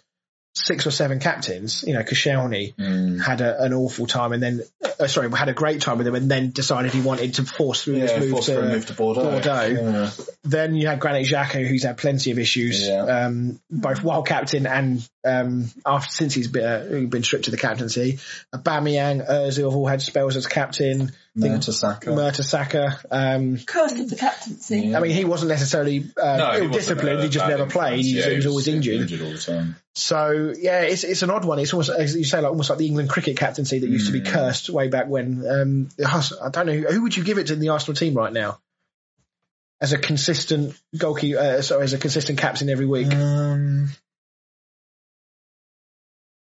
Speaker 1: six or seven captains. You know, Koscielny
Speaker 3: Mm.
Speaker 1: had a, an awful time, and then uh, sorry, had a great time with them, and then decided he wanted to force through
Speaker 3: Yeah,
Speaker 1: this move
Speaker 3: forced
Speaker 1: to,
Speaker 3: for a move to Bordeaux.
Speaker 1: Bordeaux.
Speaker 3: Yeah.
Speaker 1: Then you had Granit Xhaka, who's had plenty of issues,
Speaker 3: Yeah.
Speaker 1: um, both while captain and um, after since he's been, uh, been stripped of the captaincy. Aubameyang, Özil have all had spells as captain.
Speaker 3: Mertesacker.
Speaker 1: Mertesacker, um,
Speaker 2: Curse of the captaincy.
Speaker 3: Yeah.
Speaker 1: I mean, he wasn't necessarily uh,
Speaker 3: No, he wasn't
Speaker 1: ill-disciplined.
Speaker 3: a
Speaker 1: He just
Speaker 3: bad
Speaker 1: never played.
Speaker 3: influence.
Speaker 1: He,
Speaker 3: Yeah,
Speaker 1: was, he was always injured.
Speaker 3: all the time.
Speaker 1: So yeah, it's it's an odd one. It's almost as you say, like almost like the England cricket captaincy that used to be
Speaker 3: Mm.
Speaker 1: cursed way back when. Um, the Hus- I don't know who, who would you give it to in the Arsenal team right now as a consistent goalkeeper. Uh, sorry, as a consistent captain every week.
Speaker 3: Um,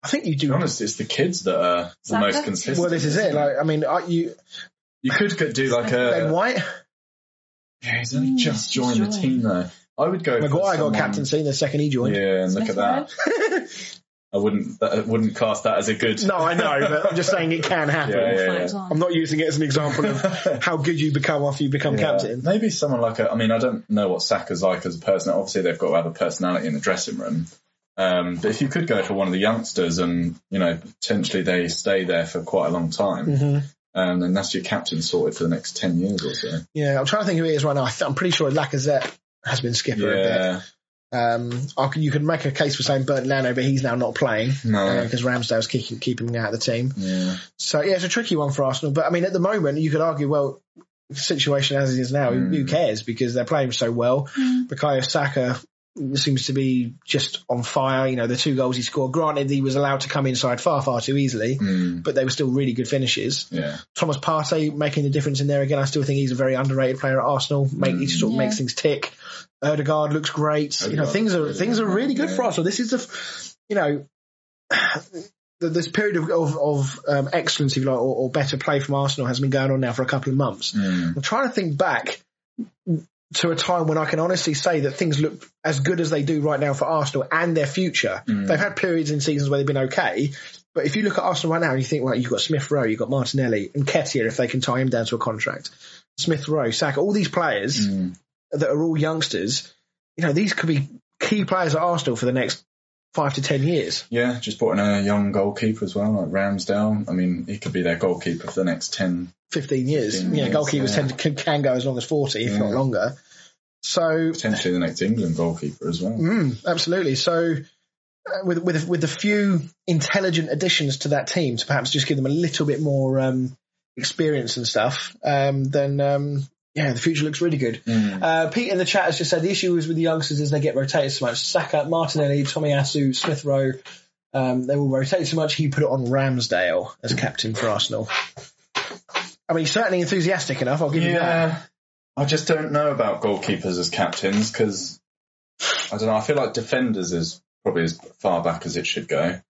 Speaker 1: I think you
Speaker 3: to
Speaker 1: do.
Speaker 3: be honest, it's the kids that are the
Speaker 2: Saka?
Speaker 3: most consistent.
Speaker 1: Well, this is
Speaker 3: isn't
Speaker 1: it. Like, I mean, are you
Speaker 3: you could go- do like
Speaker 1: Ben
Speaker 3: a.
Speaker 1: White,
Speaker 3: Yeah, he's only just
Speaker 2: he's
Speaker 3: joined the
Speaker 2: joined.
Speaker 3: team though. I would go. for
Speaker 1: Maguire
Speaker 3: someone-
Speaker 1: got captaincy the second he joined.
Speaker 3: Yeah, and look at that. I wouldn't. That, I wouldn't class that as a good.
Speaker 1: No, I know, but I'm just saying it can happen.
Speaker 3: Yeah, yeah,
Speaker 2: For
Speaker 3: yeah.
Speaker 2: example.
Speaker 1: I'm not using it as an example of how good you become after you become
Speaker 3: Yeah.
Speaker 1: captain.
Speaker 3: Maybe someone like a. I mean, I don't know what Saka's like as a person. Obviously, they've got to have a personality in the dressing room. Um, but if you could go for one of the youngsters, and you know, potentially they stay there for quite a long time,
Speaker 1: Mm-hmm.
Speaker 3: um, then that's your captain sorted for the next ten years or so.
Speaker 1: Yeah, I'm trying to think who he is right now. I th- I'm pretty sure Lacazette has been skipper a bit.
Speaker 3: Yeah,
Speaker 1: Um, I can, you can make a case for saying Bert Leno, but he's now not playing
Speaker 3: No.
Speaker 1: because Ramsdale's kicking, keeping him out of the team.
Speaker 3: yeah.
Speaker 1: So yeah, it's a tricky one for Arsenal. But I mean, at the moment, you could argue, well, the situation as it is now, who- who cares? Because they're playing so well. Bukayo Saka seems to be just on fire. You know, the two goals he scored. Granted, he was allowed to come inside far, far too easily,
Speaker 3: Mm,
Speaker 1: but they were still really good finishes.
Speaker 3: yeah.
Speaker 1: Thomas Partey making the difference in there again. I still think he's a very underrated player at Arsenal. Make, He sort of
Speaker 2: Yeah.
Speaker 1: makes things tick. Erdegaard looks great. you know,
Speaker 3: Odegaard
Speaker 1: things are
Speaker 3: looks really
Speaker 1: things are
Speaker 3: good,
Speaker 1: really good
Speaker 3: yeah.
Speaker 1: for Arsenal. This is the, f- you know, th- this period of of, of um, excellence, if you like, or, or better play from Arsenal has been going on now for a couple of months.
Speaker 3: Mm.
Speaker 1: I'm trying to think back to a time when I can honestly say that things look as good as they do right now for Arsenal and their future.
Speaker 3: Mm.
Speaker 1: They've had periods in seasons where they've been okay, but if you look at Arsenal right now and you think, well, you've got Smith Rowe, you've got Martinelli and Ketia if they can tie him down to a contract, Smith Rowe, Saka, all these players
Speaker 3: Mm.
Speaker 1: that are all youngsters, you know, these could be key players at Arsenal for the next five to ten years.
Speaker 3: Yeah, just brought in a young goalkeeper as well, like Ramsdale. I mean, he could be their goalkeeper for the next 10.
Speaker 1: 15 years.
Speaker 3: 15
Speaker 1: yeah,
Speaker 3: years,
Speaker 1: goalkeepers
Speaker 3: yeah.
Speaker 1: tend to, can, can go as long as 40, if not
Speaker 3: Yeah.
Speaker 1: longer. So
Speaker 3: Potentially the next England goalkeeper as well.
Speaker 1: Mm, absolutely. So, uh, with with with a few intelligent additions to that team to perhaps just give them a little bit more um, experience and stuff, um, then um, yeah, the future looks really good. Uh, Pete in the chat has just said the issue is with the youngsters is they get rotated so much. Saka, Martinelli, Tommy Asu, Smith Rowe. Um, they will rotate so much. He put it on Ramsdale as captain for Arsenal. I mean, he's certainly enthusiastic enough. I'll give you that.
Speaker 3: Yeah. I just don't know about goalkeepers as captains because I don't know. I feel like defenders is probably as far back as it should go.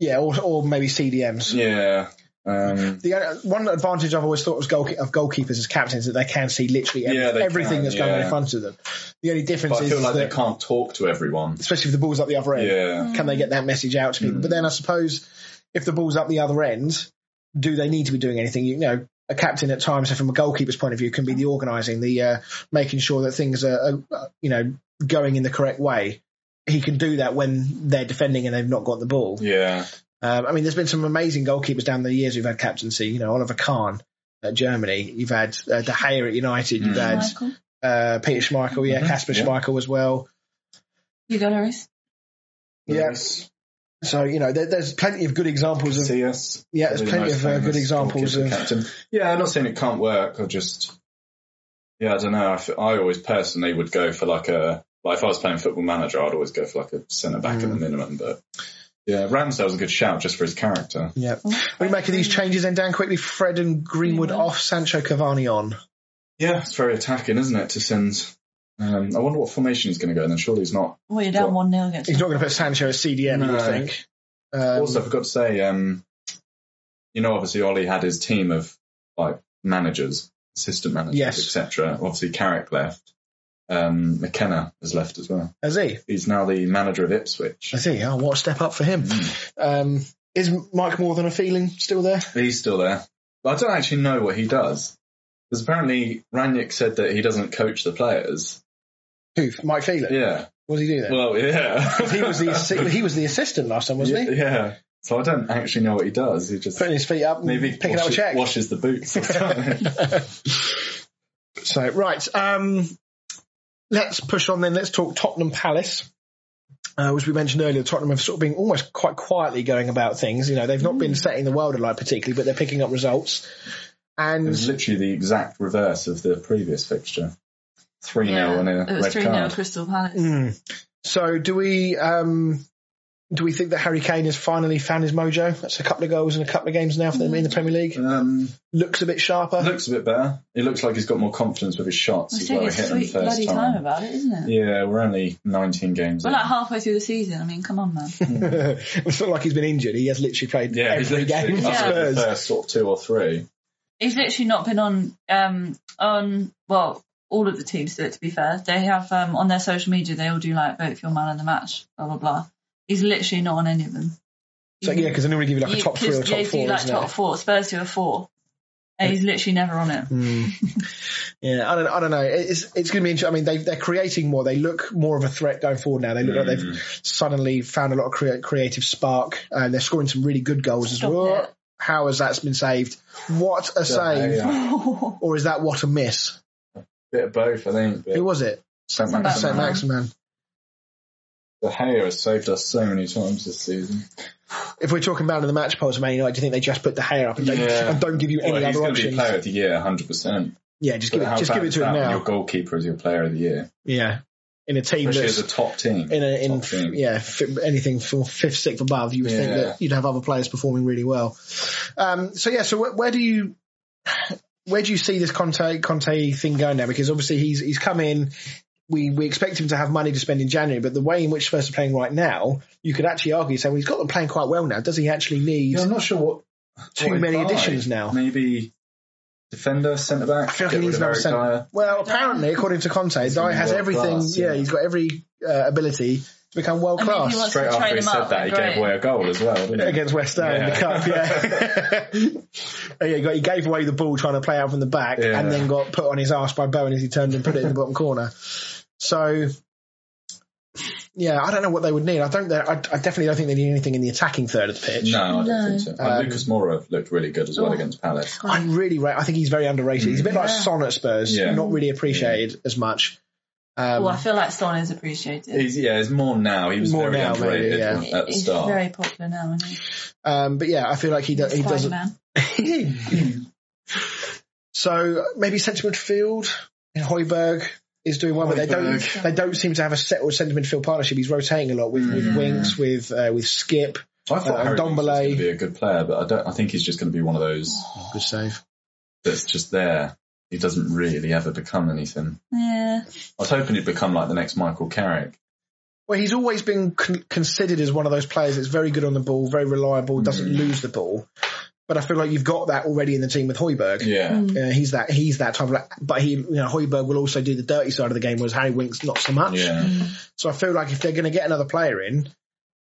Speaker 1: Yeah, or, or maybe CDMs.
Speaker 3: Yeah. Um,
Speaker 1: the uh, one advantage I've always thought was goal, of goalkeepers as captains is that they can see literally
Speaker 3: Yeah, they
Speaker 1: everything
Speaker 3: can,
Speaker 1: that's going on in
Speaker 3: yeah.
Speaker 1: front of them. The only difference
Speaker 3: but I
Speaker 1: is
Speaker 3: feel like they
Speaker 1: that,
Speaker 3: can't talk to everyone.
Speaker 1: especially if the ball's up the other end,
Speaker 3: Yeah.
Speaker 1: can they get that message out to people? But then I suppose if the ball's up the other end, do they need to be doing anything? You know, a captain at times, so from a goalkeeper's point of view, can be the organising, the uh, making sure that things are, are, you know, going in the correct way. He can do that when they're defending and they've not got the ball.
Speaker 3: Yeah.
Speaker 1: Um, I mean, there's been some amazing goalkeepers down the years who've had captaincy. You know, Oliver Kahn at Germany. You've had uh, De Gea at United. You've
Speaker 3: Mm.
Speaker 1: had
Speaker 2: Michael,
Speaker 1: uh, Peter Schmeichel. Yeah,
Speaker 3: Mhm,
Speaker 1: Casper
Speaker 3: yeah.
Speaker 1: Schmeichel as well.
Speaker 2: you got Aris.
Speaker 1: Yes. So you know, there, there's plenty of good examples of.
Speaker 3: See us.
Speaker 1: Yeah, there's plenty
Speaker 3: Probably the
Speaker 1: of
Speaker 3: most
Speaker 1: uh, good
Speaker 3: famous
Speaker 1: examples
Speaker 3: goalkeeper
Speaker 1: of.
Speaker 3: captain. Yeah, I'm not saying it can't work. I just, yeah, I don't know. I, f- I always personally would go for like a like if I was playing Football Manager, I'd always go for like a centre back
Speaker 1: Mm.
Speaker 3: at the minimum. But yeah, Ramsdale's a good shout just for his character.
Speaker 1: Yeah. we making these changes then, Dan, quickly. Fred and Greenwood off, Sancho Cavani on.
Speaker 3: Yeah, it's very attacking, isn't it? To send. Um, I wonder what formation he's going to go in. And surely he's not.
Speaker 2: Well, you're down
Speaker 3: What?
Speaker 2: one 0 against.
Speaker 1: He's not going to put Sancho as CDM, you would
Speaker 3: No.
Speaker 1: think. Um,
Speaker 3: also, I forgot to say. Um, you know, obviously Ollie had his team of like managers, assistant managers,
Speaker 1: Yes.
Speaker 3: etc. Obviously Carrick left. Um, McKenna has left as well.
Speaker 1: Has he?
Speaker 3: He's now the manager of Ipswich. Hmm.
Speaker 1: Has he? Oh, what a step up for him.
Speaker 3: Mm.
Speaker 1: Um, is Mike more than a feeling still there?
Speaker 3: He's still there. But I don't actually know what he does. Because apparently Ranick said that he doesn't coach the players.
Speaker 1: Who? Mike Feeling?
Speaker 3: Yeah.
Speaker 1: What does he do then?
Speaker 3: Well, yeah.
Speaker 1: he was the assi- he was the assistant last time, wasn't
Speaker 3: yeah,
Speaker 1: he?
Speaker 3: yeah. So I don't actually know what he does. He just
Speaker 1: Putting his feet up, and
Speaker 3: maybe
Speaker 1: picking
Speaker 3: washes,
Speaker 1: up a check.
Speaker 3: washes the boots or something.
Speaker 1: so right, um, let's push on then. Let's talk Tottenham Palace. Uh, as we mentioned earlier, Tottenham have sort of been almost quite quietly going about things. You know, they've not been setting the world alight particularly, but they're picking up results.
Speaker 3: It
Speaker 1: And
Speaker 3: was literally the exact reverse of the previous fixture. 3 0
Speaker 2: Yeah,
Speaker 3: and
Speaker 2: it
Speaker 3: a
Speaker 2: was
Speaker 3: red
Speaker 2: 3 0
Speaker 3: card.
Speaker 2: Crystal Palace.
Speaker 1: Mm. so, do we um, do we think that Harry Kane has finally found his mojo? That's a couple of goals and a couple of games now for them in the Premier League.
Speaker 3: Um,
Speaker 1: Looks a bit sharper.
Speaker 3: looks a bit better. It looks like he's got more confidence with his shots
Speaker 2: It's
Speaker 3: as well.
Speaker 2: taking
Speaker 3: He
Speaker 2: its
Speaker 3: hit them
Speaker 2: sweet
Speaker 3: first
Speaker 2: bloody time.
Speaker 3: time.
Speaker 2: about it, isn't it?
Speaker 3: Yeah, we're only 19 games
Speaker 2: We're
Speaker 3: in.
Speaker 2: like halfway through the season. I mean, come on, man.
Speaker 1: it's not like he's been injured. He has literally played
Speaker 3: Yeah, he's
Speaker 1: every
Speaker 3: literally
Speaker 1: game for
Speaker 3: up with
Speaker 1: Spurs.
Speaker 3: the first sort of two or three.
Speaker 2: He's literally not been on um on well all of the teams do it to be fair. They have um on their social media they all do like vote for your man of the match blah blah blah. He's literally not on any of them.
Speaker 1: So yeah, because they normally give you like
Speaker 2: You-
Speaker 1: a top three or
Speaker 2: just-
Speaker 1: top
Speaker 2: they
Speaker 1: four,
Speaker 2: do like
Speaker 1: isn't
Speaker 2: top
Speaker 1: it?
Speaker 2: four. Spurs do a four, and he's literally never on it.
Speaker 3: Hmm.
Speaker 1: Mm. yeah, I don't, I don't know. It's it's going to be interesting. I mean, they they're creating more. They look more of a threat going forward now. They look like
Speaker 3: Hmm.
Speaker 1: they've suddenly found a lot of crea- creative spark, and they're scoring some really good goals as
Speaker 2: Stop
Speaker 1: well.
Speaker 2: it.
Speaker 1: How has that been saved? What a save!
Speaker 3: Yeah,
Speaker 1: Or is that what a miss?
Speaker 3: uh, Bit of both, I think. but
Speaker 1: Who was it?
Speaker 3: St.
Speaker 2: St.
Speaker 3: Maximin.
Speaker 1: St.
Speaker 2: Maximin.
Speaker 1: Maximan.
Speaker 3: The Gea has saved us so many times this season.
Speaker 1: If we're talking about in the match polls, Man United, do you think they just put the hair up and, don't,
Speaker 3: Yeah.
Speaker 1: and don't give you any
Speaker 3: Well, he's
Speaker 1: other
Speaker 3: going to be
Speaker 1: options?
Speaker 3: player of the year, 100%.
Speaker 1: Yeah, just
Speaker 3: But
Speaker 1: give it,
Speaker 3: how
Speaker 1: just
Speaker 3: bad
Speaker 1: give it
Speaker 3: is
Speaker 1: to
Speaker 3: that
Speaker 1: him
Speaker 3: when
Speaker 1: now.
Speaker 3: Your goalkeeper is your player of the year.
Speaker 1: Yeah, in a team
Speaker 3: Especially
Speaker 1: that's
Speaker 3: as a top team.
Speaker 1: in a in
Speaker 3: top team.
Speaker 1: yeah f- anything from fifth, sixth above, you would think
Speaker 3: Yeah.
Speaker 1: that you'd have other players performing really well. Um, so yeah, so where, where do you where do you see this Conte Conte thing going now? Because obviously he's he's come in. We we expect him to have money to spend in January, but the way in which Spurs are playing right now, you could actually argue say, well, he's got them playing quite well now. Does he actually need?
Speaker 3: Yeah, I'm not sure what.
Speaker 1: Too
Speaker 3: what
Speaker 1: many
Speaker 3: he'd buy.
Speaker 1: additions now.
Speaker 3: Maybe defender, centre back.
Speaker 1: I feel like
Speaker 3: get
Speaker 1: he
Speaker 3: rid
Speaker 1: needs
Speaker 3: of
Speaker 1: another
Speaker 3: Eric
Speaker 1: centre-
Speaker 3: Dyer.
Speaker 1: Well, apparently, according to Conte, Dye
Speaker 3: gonna be
Speaker 1: has
Speaker 3: world
Speaker 1: everything.
Speaker 3: class,
Speaker 1: yeah.
Speaker 3: yeah.
Speaker 1: he's got every uh, ability to become world
Speaker 2: I mean, he
Speaker 1: class.
Speaker 2: wants
Speaker 3: Straight
Speaker 2: to
Speaker 3: after
Speaker 2: train
Speaker 3: he
Speaker 2: him
Speaker 3: said
Speaker 2: up,
Speaker 3: that, he
Speaker 2: great.
Speaker 3: gave away a goal as well. Didn't he?
Speaker 1: against West Ham in the
Speaker 3: Yeah.
Speaker 1: cup. Yeah, yeah. He got he gave away the ball trying to play out from the back,
Speaker 3: Yeah.
Speaker 1: and then got put on his ass by Bowen as he turned and put it in the bottom corner. So, yeah, I don't know what they would need. I don't. they- I, I definitely don't think they need anything in the attacking third of the pitch.
Speaker 3: No, I don't
Speaker 2: No.
Speaker 3: think so. And
Speaker 1: Um,
Speaker 3: Lucas Moura looked really good as well
Speaker 2: Oh.
Speaker 3: against Palace.
Speaker 1: I really, ra- I think he's very underrated. He's a bit like
Speaker 2: Yeah.
Speaker 1: Son at Spurs,
Speaker 3: Yeah.
Speaker 1: not really appreciated as much. Um,
Speaker 2: Well, I feel like Son is appreciated.
Speaker 3: He's, yeah, he's more now. He was
Speaker 1: More
Speaker 3: very
Speaker 1: now, maybe,
Speaker 3: underrated
Speaker 1: yeah.
Speaker 3: at the
Speaker 2: He's
Speaker 3: start.
Speaker 2: very popular now, isn't he?
Speaker 1: um, but yeah, I feel like he, do- he doesn't.
Speaker 2: Spider-Man.
Speaker 1: So maybe centre midfield and Hoiberg is doing well, but they don't
Speaker 3: Højbjerg.
Speaker 1: they don't seem to have a settled centre midfield partnership. He's rotating a lot with, with
Speaker 2: Yeah.
Speaker 1: Winks, with uh, with Skip.
Speaker 3: I thought
Speaker 1: Uh,
Speaker 3: Harry Winks was
Speaker 1: Ndombele.
Speaker 3: going to be a good player, but I don't. I think he's just going to be one of those
Speaker 1: Good save.
Speaker 3: that's just there. He doesn't really ever become anything.
Speaker 2: Yeah.
Speaker 3: I was hoping he'd become like the next Michael Carrick.
Speaker 1: Well, he's always been con- considered as one of those players that's very good on the ball, very reliable, doesn't lose the ball. But I feel like you've got that already in the team with Hoiberg.
Speaker 3: Yeah.
Speaker 2: Mm.
Speaker 1: Uh, he's that he's that type of. But he, you know, Hoiberg will also do the dirty side of the game, whereas Harry Winks not so much.
Speaker 3: Yeah.
Speaker 1: So I feel like if they're going to get another player in,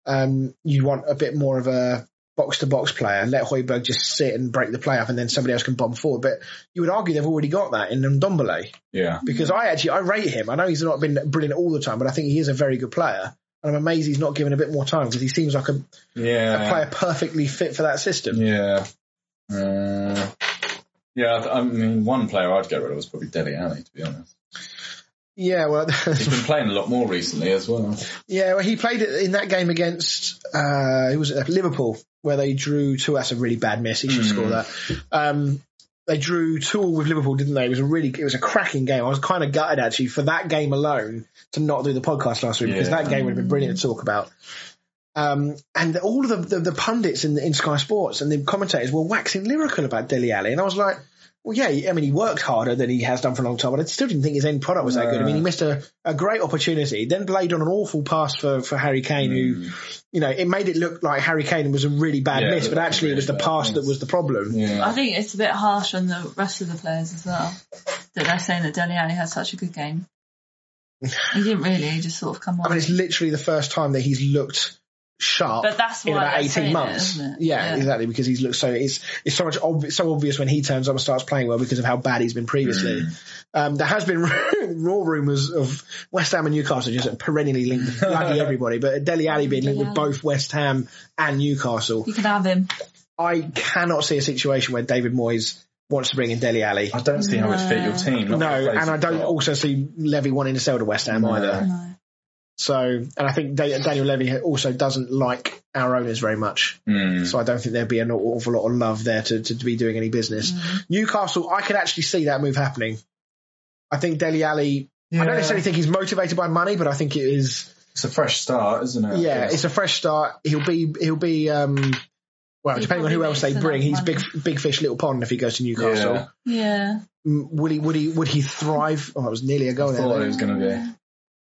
Speaker 1: um, you want a bit more of a box to box player. Let Hoiberg just sit and break the play up, and then somebody else can bomb forward. But you would argue they've already got that in Ndombele
Speaker 3: Yeah.
Speaker 1: because I actually I rate him. I know he's not been brilliant all the time, but I think he is a very good player. And I'm amazed he's not given a bit more time because he seems like a, a
Speaker 3: Yeah.
Speaker 1: player perfectly fit for that system.
Speaker 3: Yeah. Uh, yeah, I, th- I mean, one player I'd get rid of was probably Deli Alley, to be honest.
Speaker 1: Yeah, well,
Speaker 3: He's been playing a lot more recently as well.
Speaker 1: yeah, well, he played it in that game against uh, who was it? Liverpool, where they drew two. That's a really bad miss. He should
Speaker 3: Hmm.
Speaker 1: score that. Um, they drew two all with Liverpool, didn't they? It was a really, it was a cracking game. I was kind of gutted actually for that game alone to not do the podcast last week because
Speaker 3: Yeah.
Speaker 1: that game would have been brilliant to talk about. Um, and all of the, the, the pundits in, in Sky Sports and the commentators were waxing lyrical about Deli Alley, and I was like, Well, yeah, I mean, he worked harder than he has done for a long time, but I still didn't think his end product was that good. I mean, he missed a, a great opportunity, then played on an awful pass for, for Harry Kane, who, you know, it made it look like Harry Kane was a really bad
Speaker 3: Hmm. Yeah,
Speaker 1: miss,
Speaker 3: it
Speaker 1: but
Speaker 3: was
Speaker 1: actually it
Speaker 3: really
Speaker 1: was the
Speaker 3: bad
Speaker 1: pass
Speaker 3: miss.
Speaker 1: that was the problem.
Speaker 3: Yeah.
Speaker 2: I think it's a bit harsh on the rest of the players as well that they're saying that Deli Ali had such a good game. He didn't really. He just sort of come on.
Speaker 1: I mean, it's literally the first time that he's looked sharp
Speaker 2: But that's
Speaker 1: in
Speaker 2: why
Speaker 1: about
Speaker 2: they're saying
Speaker 1: eighteen
Speaker 2: it,
Speaker 1: months.
Speaker 2: isn't it?
Speaker 1: Yeah,
Speaker 2: Yeah.
Speaker 1: exactly because he's looked so it's it's so much ob- so obvious when he turns up and starts playing well because of how bad he's been previously.
Speaker 3: Mm.
Speaker 1: Um, there has been raw rumours of West Ham and Newcastle just perennially linked with bloody everybody, but Deli Ali being linked with
Speaker 2: Dele Alli.
Speaker 1: both West Ham and Newcastle.
Speaker 2: you can have him.
Speaker 1: I cannot see a situation where David Moyes wants to bring in Deli Ali.
Speaker 3: I don't see how it'd fit your team. not
Speaker 1: No,
Speaker 3: the place
Speaker 1: and I
Speaker 3: you've
Speaker 1: don't
Speaker 3: got.
Speaker 1: also see Levy wanting to sell to West Ham
Speaker 3: No.
Speaker 1: either.
Speaker 2: No.
Speaker 1: So, and I think Da- Daniel Levy also doesn't like our owners very much.
Speaker 3: Mm.
Speaker 1: So I don't think there'd be an awful lot of love there to, to, be doing any business. Newcastle, I could actually see that move happening. I think Deli Ali, I don't
Speaker 3: Yeah.
Speaker 1: necessarily think he's motivated by money, but I think it is,
Speaker 3: It's a fresh start, isn't it?
Speaker 1: yeah, it's a fresh start. He'll be, he'll be, um, well,
Speaker 2: He
Speaker 1: depending on who
Speaker 2: probably
Speaker 1: else
Speaker 2: makes
Speaker 1: they
Speaker 2: enough
Speaker 1: bring, he's
Speaker 2: money.
Speaker 1: big, big fish, little pond if he goes to Newcastle.
Speaker 2: Yeah.
Speaker 3: Yeah.
Speaker 1: Mm, Would he, would he, would he thrive? Oh, that was nearly a goal
Speaker 3: I
Speaker 1: there.
Speaker 3: thought
Speaker 1: wasn't
Speaker 3: it
Speaker 1: it?
Speaker 3: was going to be.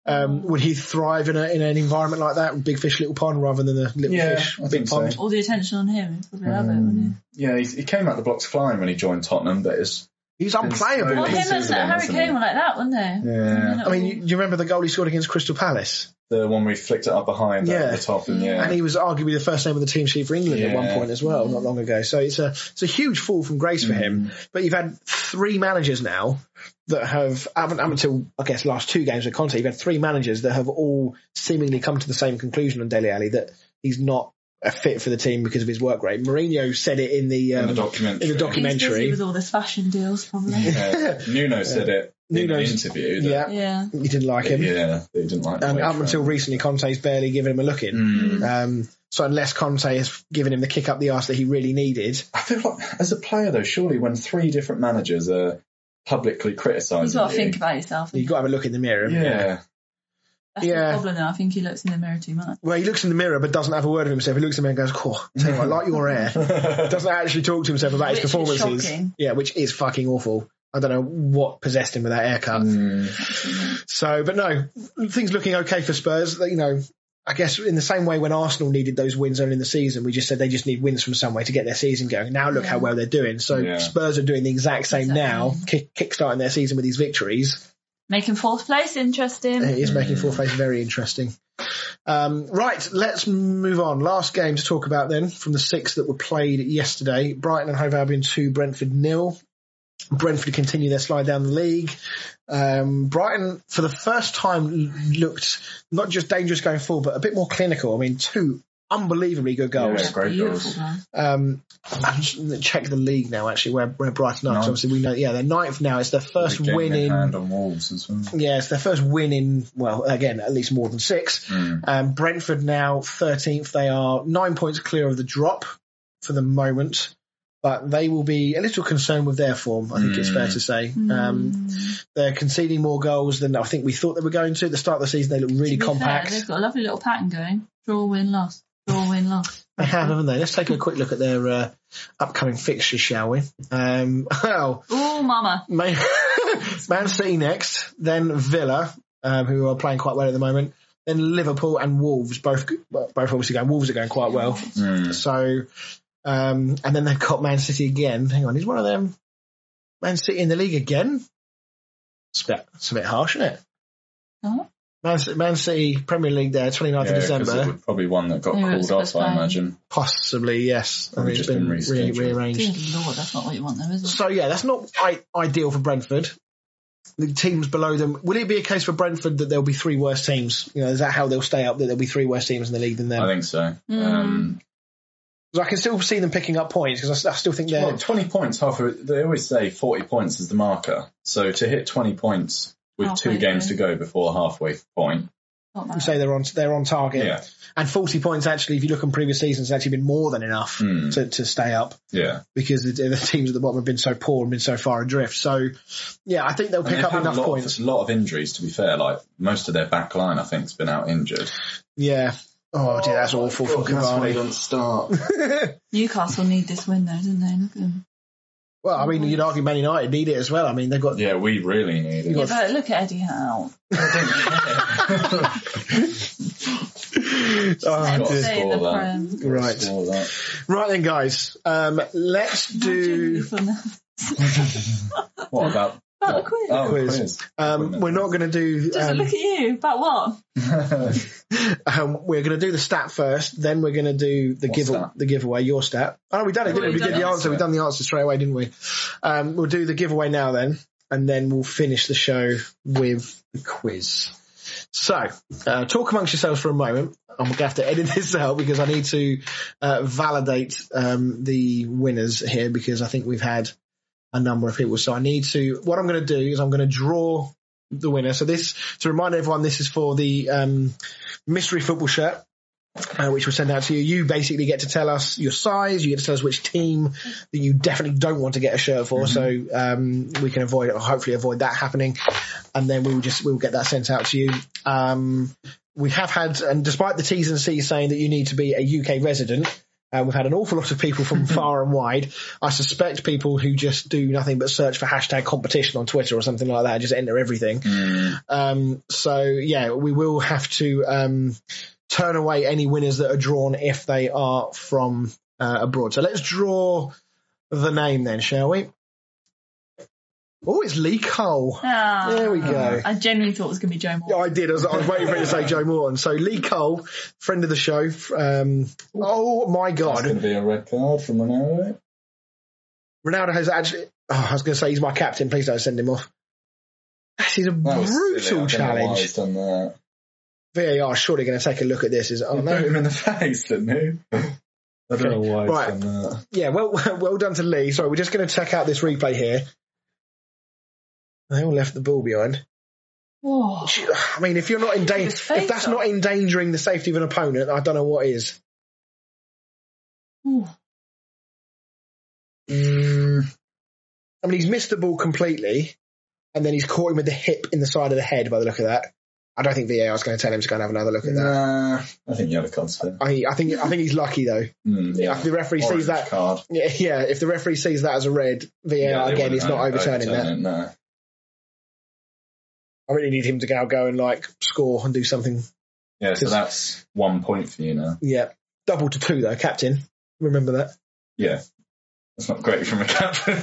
Speaker 1: Um, would he thrive in, a, in an environment like that, big fish, little pond, rather than the little
Speaker 3: Yeah,
Speaker 1: fish,
Speaker 3: I
Speaker 1: big
Speaker 3: think so.
Speaker 1: pond?
Speaker 2: All the attention on him. He'd probably love it, wouldn't
Speaker 3: Um, yeah, he, he came out the blocks flying when he joined Tottenham, but it's
Speaker 1: He's
Speaker 2: he?
Speaker 1: unplayable.
Speaker 2: Well,
Speaker 3: This
Speaker 2: him and
Speaker 3: is him,
Speaker 2: Harry
Speaker 3: isn't
Speaker 2: Kane
Speaker 3: it?
Speaker 2: were like that, weren't they?
Speaker 3: yeah,
Speaker 1: I mean, you, you remember the goal he scored against Crystal Palace,
Speaker 3: the one where he flicked it up behind
Speaker 1: Yeah.
Speaker 3: at the top, and yeah,
Speaker 1: and he was arguably the first name of the team sheet for England at one
Speaker 3: Yeah.
Speaker 1: point as well, not long ago. So it's a it's a huge fall from grace for him.
Speaker 3: Mm.
Speaker 1: But you've had three managers now that have haven't up until I guess last two games with Conte, you've had three managers that have all seemingly come to the same conclusion on Deli Alley that he's not a fit for the team because of his work rate. Mourinho said it in the,
Speaker 3: in
Speaker 1: um,
Speaker 3: the documentary.
Speaker 1: in the documentary.
Speaker 2: He's busy with all his fashion deals, probably.
Speaker 3: yeah. Nuno said it in the
Speaker 1: Nuno's-
Speaker 3: interview.
Speaker 1: yeah,
Speaker 3: That,
Speaker 2: yeah.
Speaker 1: you didn't like him.
Speaker 3: yeah, they didn't like. the
Speaker 1: And
Speaker 3: way
Speaker 1: up
Speaker 3: he
Speaker 1: until recently, Conte's barely given him a look in.
Speaker 3: Mm.
Speaker 1: Um, so unless Conte has given him the kick up the arse that he really needed,
Speaker 3: I feel like as a player though, surely when three different managers are publicly criticising
Speaker 2: You've got to
Speaker 3: you,
Speaker 2: think about yourself.
Speaker 1: you've got to have a look in the mirror.
Speaker 3: yeah,
Speaker 2: That's
Speaker 1: Yeah.
Speaker 2: the problem, though. I think he looks in the mirror too much.
Speaker 1: Well, he looks in the mirror but doesn't have a word of himself. He looks in the mirror and goes, "Cool, tell you what, I like your hair." Doesn't actually talk to himself about
Speaker 2: Which
Speaker 1: his
Speaker 2: is
Speaker 1: performances.
Speaker 2: shocking.
Speaker 1: yeah, which is fucking awful. I don't know what possessed him with that haircut.
Speaker 3: Mm.
Speaker 1: So, but no, things looking okay for Spurs. You know, I guess in the same way when Arsenal needed those wins early in the season, we just said they just need wins from somewhere to get their season going. Now look how well they're doing. So
Speaker 3: Yeah.
Speaker 1: Spurs are doing the exact same
Speaker 2: Exactly.
Speaker 1: now, kick, kickstarting their season with these victories.
Speaker 2: Making fourth place interesting.
Speaker 1: It is making fourth place very interesting. Um, right, let's move on. Last game to talk about then from the six that were played yesterday: Brighton and Hove Albion two, Brentford nil. Brentford continue their slide down the league. Um, Brighton, for the first time, l- looked not just dangerous going forward, but a bit more clinical. I mean, two unbelievably good goals.
Speaker 3: Yeah, great
Speaker 2: Beautiful
Speaker 3: goals.
Speaker 2: goal.
Speaker 1: Um, I'm just- check the league now, actually, where, where Brighton are. 'cause
Speaker 3: Ninth.
Speaker 1: Obviously, we know, yeah, they're ninth now. It's their first
Speaker 3: Big game
Speaker 1: win
Speaker 3: in
Speaker 1: in
Speaker 3: hand on Wolves as well.
Speaker 1: yeah, it's their first win in, well, again, at least more than six.
Speaker 3: Mm.
Speaker 1: Um, Brentford now 13th. They are nine points clear of the drop for the moment, but they will be a little concerned with their form, I think it's fair to say. Um,
Speaker 2: Mm.
Speaker 1: they're conceding more goals than I think we thought they were going to. At the start of the season, they look really
Speaker 2: To be fair,
Speaker 1: compact.
Speaker 2: they've got a lovely little pattern going. Draw, win, loss. Draw, win, loss.
Speaker 1: They have, haven't they? Let's take a quick look at their uh, upcoming fixtures, shall we? Um, well,
Speaker 2: Oh, mama.
Speaker 1: Man, Man City next, then Villa, um, who are playing quite well at the moment, then Liverpool and Wolves, both both obviously going. Wolves are going quite well,
Speaker 3: Mm.
Speaker 1: so um, and then they've got Man City again. Hang on, is one of them Man City in the league again? It's a bit, it's a bit harsh, isn't it?
Speaker 2: Huh?
Speaker 1: Man City, Man City Premier League there, 29th
Speaker 3: Yeah,
Speaker 1: of
Speaker 3: 'cause it
Speaker 1: December,
Speaker 3: would probably one that got
Speaker 2: Yeah, it's
Speaker 3: called off, I
Speaker 2: postponed.
Speaker 3: imagine.
Speaker 1: possibly yes. I
Speaker 3: Probably
Speaker 1: think it's
Speaker 3: just
Speaker 1: been
Speaker 3: been
Speaker 1: re-
Speaker 3: rescheduled.
Speaker 1: rearranged.
Speaker 2: Good lord, that's not what you want, though, is it?
Speaker 1: So yeah, that's not I- ideal for Brentford. The teams below them. Will it be a case for Brentford that there'll be three worse teams? You know, is that how they'll stay up? That there'll be three worse teams in the league than them.
Speaker 3: I think so.
Speaker 2: Mm.
Speaker 3: Um,
Speaker 1: So I can still see them picking up points because I, still think they're.
Speaker 3: well, 20 points, half of it, they always say 40 points is the marker. So to hit 20 points with
Speaker 2: Halfway
Speaker 3: two games to
Speaker 2: through.
Speaker 3: go before the halfway point.
Speaker 2: Not
Speaker 1: I'd
Speaker 2: bad.
Speaker 1: say they're on they're on target.
Speaker 3: Yeah.
Speaker 1: And forty points actually, if you look on previous seasons, has actually been more than enough
Speaker 3: Hmm.
Speaker 1: to, to stay up
Speaker 3: Yeah.
Speaker 1: because the, the teams at the bottom have been so poor and been so far adrift. So yeah, I think they'll
Speaker 3: And
Speaker 1: pick
Speaker 3: they've
Speaker 1: up
Speaker 3: had
Speaker 1: enough
Speaker 3: a lot
Speaker 1: points.
Speaker 3: Of, a lot of injuries, to be fair. Like most of their back line, I think, has been out injured.
Speaker 1: Yeah. Oh dear, that's awful for
Speaker 3: That's why they
Speaker 1: Cavani.
Speaker 3: don't start.
Speaker 2: Newcastle need this win, though, didn't they? Look at them.
Speaker 1: Well, I mean, you'd argue Man United need it as well. I mean, they've got
Speaker 3: Yeah, we really need it.
Speaker 2: Yeah, but look at Eddie Howe.
Speaker 1: Oh,
Speaker 3: Got
Speaker 1: dear.
Speaker 3: to
Speaker 2: Say
Speaker 3: score
Speaker 2: the
Speaker 3: that.
Speaker 2: prem.
Speaker 1: right,
Speaker 3: All that.
Speaker 1: right then, guys. Um, let's do.
Speaker 3: What about?
Speaker 2: About a quiz.
Speaker 3: Oh,
Speaker 1: Quiz.
Speaker 3: quiz.
Speaker 1: Um, we're not going to do.
Speaker 2: Just
Speaker 1: Um,
Speaker 2: look at you. About what?
Speaker 1: um, we're going to do the stat first. Then we're going to do the
Speaker 3: What
Speaker 1: give
Speaker 3: stat?
Speaker 1: the giveaway. Your stat. Oh, we done it, didn't we?
Speaker 2: We've
Speaker 1: We did
Speaker 2: done
Speaker 1: the
Speaker 2: it.
Speaker 1: answer. We done the answer straight away, didn't we? Um, we'll do the giveaway now then, and then we'll finish the show with the quiz. So, uh, talk amongst yourselves for a moment. I'm going to have to edit this out because I need to uh, validate um, the winners here because I think we've had a number of people. So I need to. What I'm going to do is I'm going to draw the winner. So this to remind everyone, this is for the um, mystery football shirt. Uh, which we'll send out to you. You basically get to tell us your size. You get to tell us which team that you definitely don't want to get a shirt for, so um, we can avoid, hopefully, avoid that happening. And then we will just we'll get that sent out to you. Um, we have had, and despite the T's and C's saying that you need to be a UK resident, uh, we've had an awful lot of people from far and wide. I suspect people who just do nothing but search for hashtag competition on Twitter or something like that and just enter everything. Um, so yeah, we will have to um, turn away any winners that are drawn if they are from uh, abroad. So let's draw the name then, shall we? Oh, it's Lee Cole.
Speaker 2: Ah.
Speaker 1: There we
Speaker 3: Uh,
Speaker 1: go.
Speaker 2: I genuinely thought it was going to be Joe Moore.
Speaker 1: I did. I was, I was waiting for you to say Joe Morton. So Lee Cole, friend of the show. Um, oh my
Speaker 3: That's going to
Speaker 1: God,
Speaker 3: be a red card from Ronaldo.
Speaker 1: Ronaldo has actually. Oh, I was going to say he's my captain. Please don't send him off. That is a
Speaker 3: That was silly.
Speaker 1: brutal
Speaker 3: I don't know why
Speaker 1: challenge.
Speaker 3: he's done that.
Speaker 1: VAR surely going to take a look at this. Is oh
Speaker 3: I
Speaker 1: no,
Speaker 3: put him in the face, didn't he? I don't know why he's
Speaker 1: Right.
Speaker 3: done that.
Speaker 1: yeah, well, well done to Lee. Sorry, we're just going to check out this replay here. They all left the ball behind.
Speaker 2: Whoa.
Speaker 1: I mean, if you're not in danger,
Speaker 2: His face
Speaker 1: if that's
Speaker 2: up.
Speaker 1: not endangering the safety of an opponent, I don't know what is.
Speaker 2: Ooh.
Speaker 1: Mm. I mean, he's missed the ball completely, and then he's caught him with the hip in the side of the head. By the look of that, I don't think VAR is going to tell him to go and have another look at that.
Speaker 3: Nah, I think you had a concert.
Speaker 1: I, I think I think he's lucky though.
Speaker 3: Mm,
Speaker 1: If the referee
Speaker 3: Orange
Speaker 1: sees that,
Speaker 3: card.
Speaker 1: yeah, yeah, if the referee sees that as a red, VAR
Speaker 3: they
Speaker 1: again, he's
Speaker 3: wouldn't
Speaker 1: not
Speaker 3: over-
Speaker 1: overturning that.
Speaker 3: overturn it, no.
Speaker 1: I really need him to go go and like score and do something.
Speaker 3: Yeah, so
Speaker 1: Just-
Speaker 3: that's one point for you now.
Speaker 1: Yeah, double to two though, captain. Remember that.
Speaker 3: Yeah. That's not great from a captain.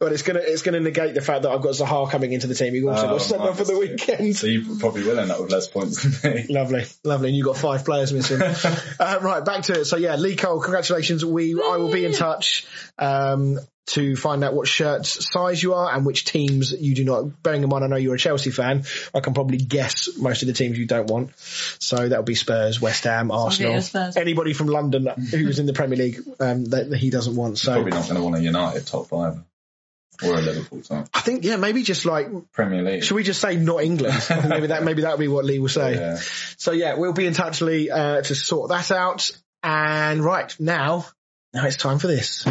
Speaker 1: But it's gonna it's gonna negate the fact that I've got Zahar coming into the team. He also
Speaker 3: Oh,
Speaker 1: got sent off for the
Speaker 3: nice.
Speaker 1: weekend.
Speaker 3: so you probably will end up with less points than me.
Speaker 1: Lovely, lovely. And you got five players missing. uh, right, back to it. So yeah, Lee Cole, congratulations. We I will be in touch um, to find out what shirt size you are and which teams you do not. Bearing in mind, I know you're a Chelsea fan. I can probably guess most of the teams you don't want. So that'll be Spurs, West Ham, Arsenal,
Speaker 2: Spurs.
Speaker 1: anybody from London who was in the Premier League um, that, that he doesn't want. So
Speaker 3: Probably not going to want a United top five or a Liverpool top.
Speaker 1: I think yeah, maybe just like
Speaker 3: Premier League.
Speaker 1: Should we just say not England? maybe that maybe that would be what Lee will say.
Speaker 3: Yeah.
Speaker 1: So yeah, we'll be in touch, Lee, uh, to sort that out. And right now, now it's time for this.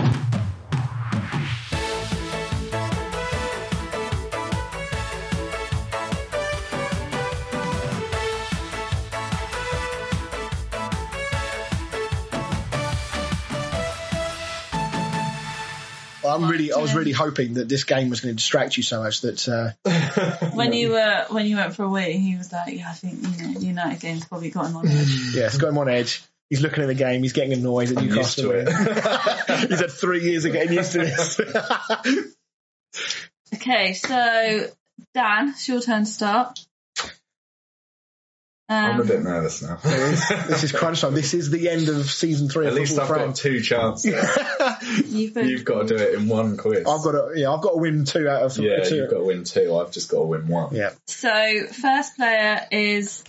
Speaker 1: I'm really, I was really hoping that this game was going to distract you so much that uh,
Speaker 2: When you were when you went for a wee, he was like, "Yeah, I think you know, United game's probably got him on edge."
Speaker 1: Yeah, it's got him on edge. He's looking at the game. He's getting annoyed that
Speaker 3: I'm used
Speaker 1: Newcastle
Speaker 3: to
Speaker 1: win.
Speaker 3: it.
Speaker 1: He's had three years of getting used to this.
Speaker 2: okay, so Dan, it's your turn to start.
Speaker 3: I'm a
Speaker 2: Um,
Speaker 3: bit nervous now.
Speaker 1: this is crunch time. This is the end of season three.
Speaker 3: At
Speaker 1: of
Speaker 3: least I've
Speaker 1: Football
Speaker 3: got two chances.
Speaker 1: Friends.
Speaker 2: you've been
Speaker 3: You've got to do it in one quiz.
Speaker 1: I've got to, yeah, I've got to win two out of
Speaker 3: yeah,
Speaker 1: two.
Speaker 3: you've got to win two. I've just got to win one.
Speaker 1: yeah,
Speaker 2: so first player is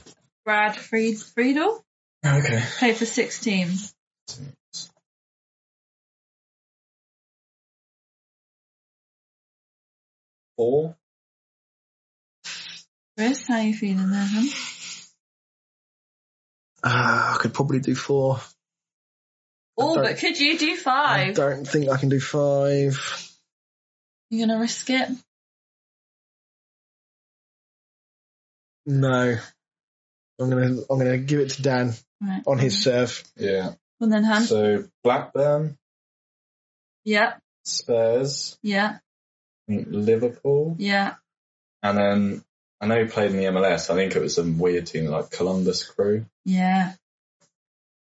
Speaker 2: Brad Fried Friedel.
Speaker 3: Okay.
Speaker 2: Played for six teams.
Speaker 3: Four.
Speaker 2: Chris, how you feeling there? Hun?
Speaker 1: uh, I could probably do four.
Speaker 2: Oh,
Speaker 1: don't-
Speaker 2: but could you do
Speaker 1: I
Speaker 2: five?
Speaker 1: don't think I can do five.
Speaker 2: You're gonna risk it.
Speaker 1: No, I'm gonna, I'm gonna give it to Dan
Speaker 2: Right.
Speaker 1: on his serve.
Speaker 3: Yeah.
Speaker 2: And then hand.
Speaker 3: So Blackburn,
Speaker 2: Yeah.
Speaker 3: Spurs,
Speaker 2: Yeah,
Speaker 3: I think Liverpool,
Speaker 2: yeah.
Speaker 3: and then I know he played in the MLS. I think it was some weird team like Columbus Crew.
Speaker 2: Yeah.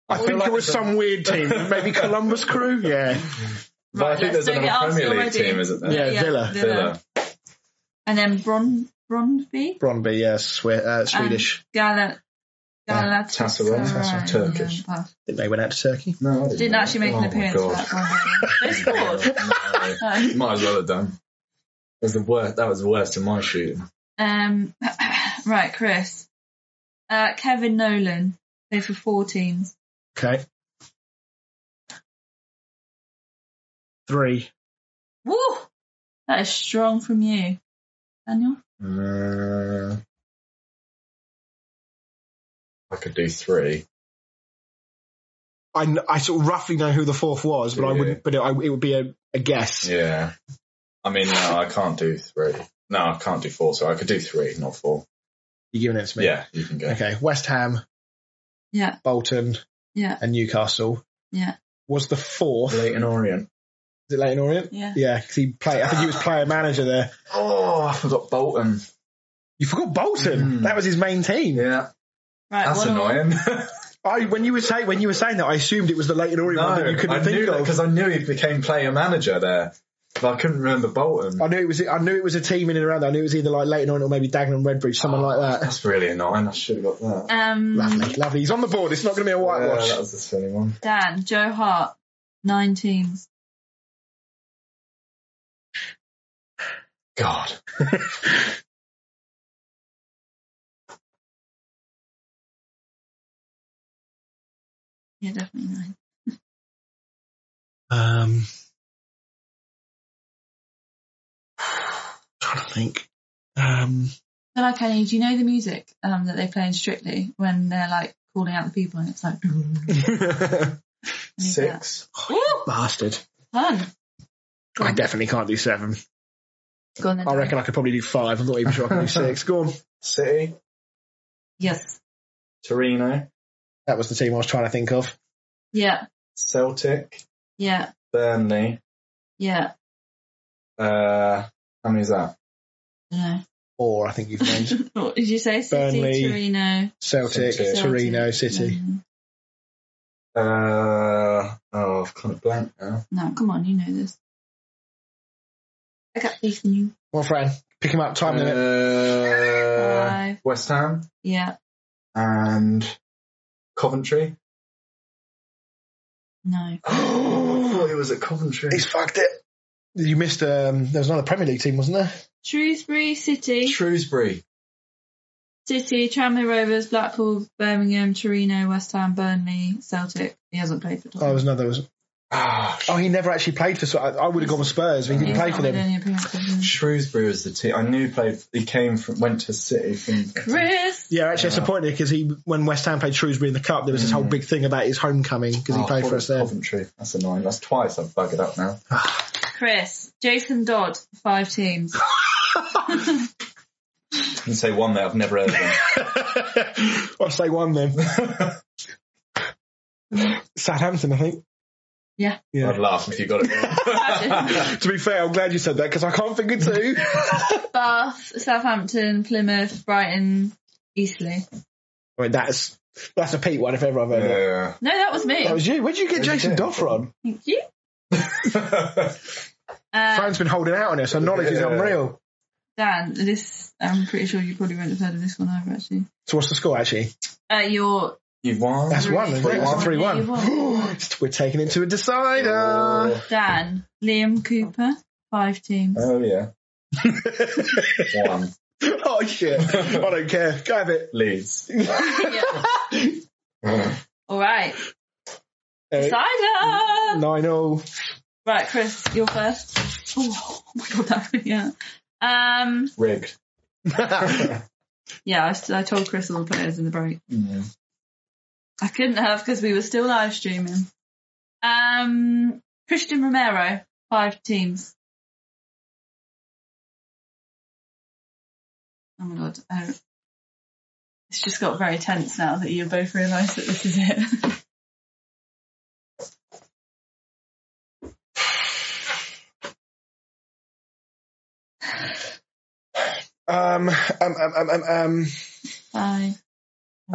Speaker 1: I
Speaker 3: feel
Speaker 1: think
Speaker 3: like
Speaker 1: it was
Speaker 3: it's a-
Speaker 1: some weird team, maybe Columbus Crew. Yeah,
Speaker 3: But I
Speaker 2: Right,
Speaker 3: think
Speaker 2: let's
Speaker 3: there's
Speaker 2: don't get
Speaker 3: another Premier
Speaker 2: Arsenal
Speaker 3: League
Speaker 2: already.
Speaker 3: team, isn't there?
Speaker 1: Yeah, Villa.
Speaker 3: Villa.
Speaker 2: And then Bron Bronby?
Speaker 1: Bronby, yeah, Swe- uh, Swedish.
Speaker 2: Gala
Speaker 3: Yeah, Tassaray,
Speaker 2: Galatasaray.
Speaker 3: Turkish.
Speaker 2: Yeah.
Speaker 1: I think they went out to Turkey.
Speaker 3: No, I
Speaker 2: Didn't
Speaker 3: know.
Speaker 2: actually make
Speaker 3: Oh
Speaker 2: an
Speaker 3: my
Speaker 2: appearance for
Speaker 3: God.
Speaker 2: that one. They scored.
Speaker 3: No.
Speaker 2: No.
Speaker 3: Might as well have done. That was the worst. That was worse than my shooting.
Speaker 2: Um, right, Chris. Uh, Kevin Nolan played for four teams.
Speaker 1: Okay. Three.
Speaker 2: Woo! That is strong from you, Daniel.
Speaker 3: Uh, I could do three.
Speaker 1: I, kn- I sort of roughly know who the fourth was, but I
Speaker 3: Yeah.
Speaker 1: wouldn't. But it, I, it would be a, a guess.
Speaker 3: Yeah. I mean, no, I can't do three. No, I can't do four. So I could do three, not four.
Speaker 1: You're giving it to me.
Speaker 3: Yeah, you can go.
Speaker 1: Okay. West Ham,
Speaker 2: Yeah,
Speaker 1: Bolton,
Speaker 2: yeah,
Speaker 1: and Newcastle.
Speaker 2: Yeah.
Speaker 1: Was the fourth? Is
Speaker 3: Leighton Orient.
Speaker 1: it Leighton Orient?
Speaker 2: yeah.
Speaker 1: Yeah, 'cause he played. I think he was player manager there.
Speaker 3: Oh, I forgot Bolton.
Speaker 1: You forgot Bolton.
Speaker 3: Mm.
Speaker 1: That was his main team.
Speaker 3: Yeah,
Speaker 2: Right,
Speaker 3: that's
Speaker 2: one all.
Speaker 3: annoying.
Speaker 1: I when you were saying when you were saying that, I assumed it was the Leighton Orient one that you couldn't
Speaker 3: I
Speaker 1: think
Speaker 3: knew that
Speaker 1: of.
Speaker 3: because I knew he became player manager there, but I couldn't remember Bolton.
Speaker 1: I knew it was. I knew it was a team in and around. There. I knew it was either like Leighton Orient or maybe Dagenham Redbridge, someone like that.
Speaker 3: Oh, That's really annoying. I should have got that.
Speaker 2: Um,
Speaker 1: Lovely, lovely. He's on the board. It's not going to be a whitewash.
Speaker 3: Yeah, that was a silly one.
Speaker 2: Dan, Joe Hart, nine teams.
Speaker 3: God.
Speaker 2: Yeah, definitely nine.
Speaker 1: Um, trying to think. Um,
Speaker 2: So like, Kenny, do you know the music um, that they play in Strictly when they're like calling out the people and it's like I need that.
Speaker 3: Six.
Speaker 2: Woo!
Speaker 1: bastard.
Speaker 2: Fun. Go
Speaker 1: I
Speaker 2: on.
Speaker 1: definitely can't do seven.
Speaker 2: Go on then,
Speaker 1: I
Speaker 2: Dan.
Speaker 1: reckon I could probably do five. I'm not even sure I can do six. Go on.
Speaker 3: City.
Speaker 2: Yes.
Speaker 3: Torino.
Speaker 1: That was the team I was trying to think of.
Speaker 2: Yeah.
Speaker 3: Celtic.
Speaker 2: Yeah.
Speaker 3: Burnley.
Speaker 2: Yeah.
Speaker 3: Uh, how many is that?
Speaker 2: I
Speaker 1: Or I think you've
Speaker 2: don't
Speaker 1: named
Speaker 2: know. what did you say? City,
Speaker 1: Burnley.
Speaker 2: Torino,
Speaker 1: Celtic,
Speaker 3: Celtic.
Speaker 1: Torino, City.
Speaker 2: um,
Speaker 3: Uh, oh, I've kind of blanked now.
Speaker 2: No, come on, you know this. I got faith in you.
Speaker 1: Come on, Fran. Pick him up. Time limit.
Speaker 3: Uh,
Speaker 2: Five.
Speaker 3: West Ham
Speaker 2: Yeah.
Speaker 3: and Coventry.
Speaker 2: No.
Speaker 3: Oh, it was at Coventry.
Speaker 1: He's fucked it. You missed. Um, there was another Premier League team, wasn't there?
Speaker 2: Shrewsbury, City,
Speaker 3: Shrewsbury.
Speaker 2: City, Tranmere Rovers, Blackpool, Birmingham, Torino, West Ham, Burnley, Celtic. He hasn't played for
Speaker 1: Oh, there
Speaker 2: Tottenham.
Speaker 1: was another. Was,
Speaker 3: Ah,
Speaker 1: oh, he never actually played for. So I, I would have gone with Spurs. But he didn't
Speaker 2: He's
Speaker 1: play
Speaker 2: not
Speaker 1: for
Speaker 2: made
Speaker 1: them.
Speaker 2: any appearances.
Speaker 3: Shrewsbury was the team. I knew he played. He came from, went to City from.
Speaker 2: Chris.
Speaker 1: Yeah, actually, it's disappointed because he when West Ham played Shrewsbury in the cup, there was this whole big thing about his homecoming because he
Speaker 3: Mm. Oh,
Speaker 1: played for us there.
Speaker 3: Coventry. That's annoying. That's twice I've buggered up now.
Speaker 2: Chris. Jason Dodd, five teams.
Speaker 3: and say one that I've never heard of.
Speaker 1: I'll say one then. Southampton, I think.
Speaker 2: Yeah.
Speaker 1: Yeah.
Speaker 3: I'd laugh if you got it wrong.
Speaker 1: To be fair, I'm glad you said that because I can't think of two.
Speaker 2: Bath, Southampton, Plymouth, Brighton, Eastleigh.
Speaker 1: I mean, that's that's a Pete one if ever I've heard it.
Speaker 3: yeah.
Speaker 2: No, that was me.
Speaker 1: That was you. Where did you get
Speaker 3: Where'd you
Speaker 1: Jason
Speaker 3: get it
Speaker 1: Dodd from?
Speaker 2: Thank you.
Speaker 1: Fran's
Speaker 2: Uh,
Speaker 1: been holding out on us. Her knowledge is
Speaker 3: Yeah.
Speaker 1: unreal.
Speaker 2: Dan, this I'm pretty sure you probably won't have heard of this one either. Actually,
Speaker 1: So what's the score actually?
Speaker 2: uh, your
Speaker 3: You've won.
Speaker 1: That's one. isn't it?
Speaker 3: Three
Speaker 1: That's a
Speaker 3: one.
Speaker 1: three-one.
Speaker 2: Yeah, you won.
Speaker 1: We're taking it to a decider.
Speaker 3: Oh,
Speaker 2: Dan, Liam Cooper, five teams.
Speaker 3: oh, yeah. One.
Speaker 1: oh shit! I don't care. Go have it.
Speaker 3: Leeds.
Speaker 2: Yeah.
Speaker 3: I've
Speaker 2: All right,
Speaker 1: Eric,
Speaker 2: cider.
Speaker 1: Nine all.
Speaker 2: Right, Chris, you're first. Oh, oh my god, that really yeah. Um,
Speaker 3: rigged.
Speaker 2: yeah, I, s- I told Chris all the players in the break.
Speaker 3: Mm.
Speaker 2: I couldn't have because we were still live streaming. Um, Christian Romero, five teams. Oh my god, oh. it's just got very tense now that you both realised that this is it.
Speaker 1: Um, um, um, um, um, um,
Speaker 2: Five.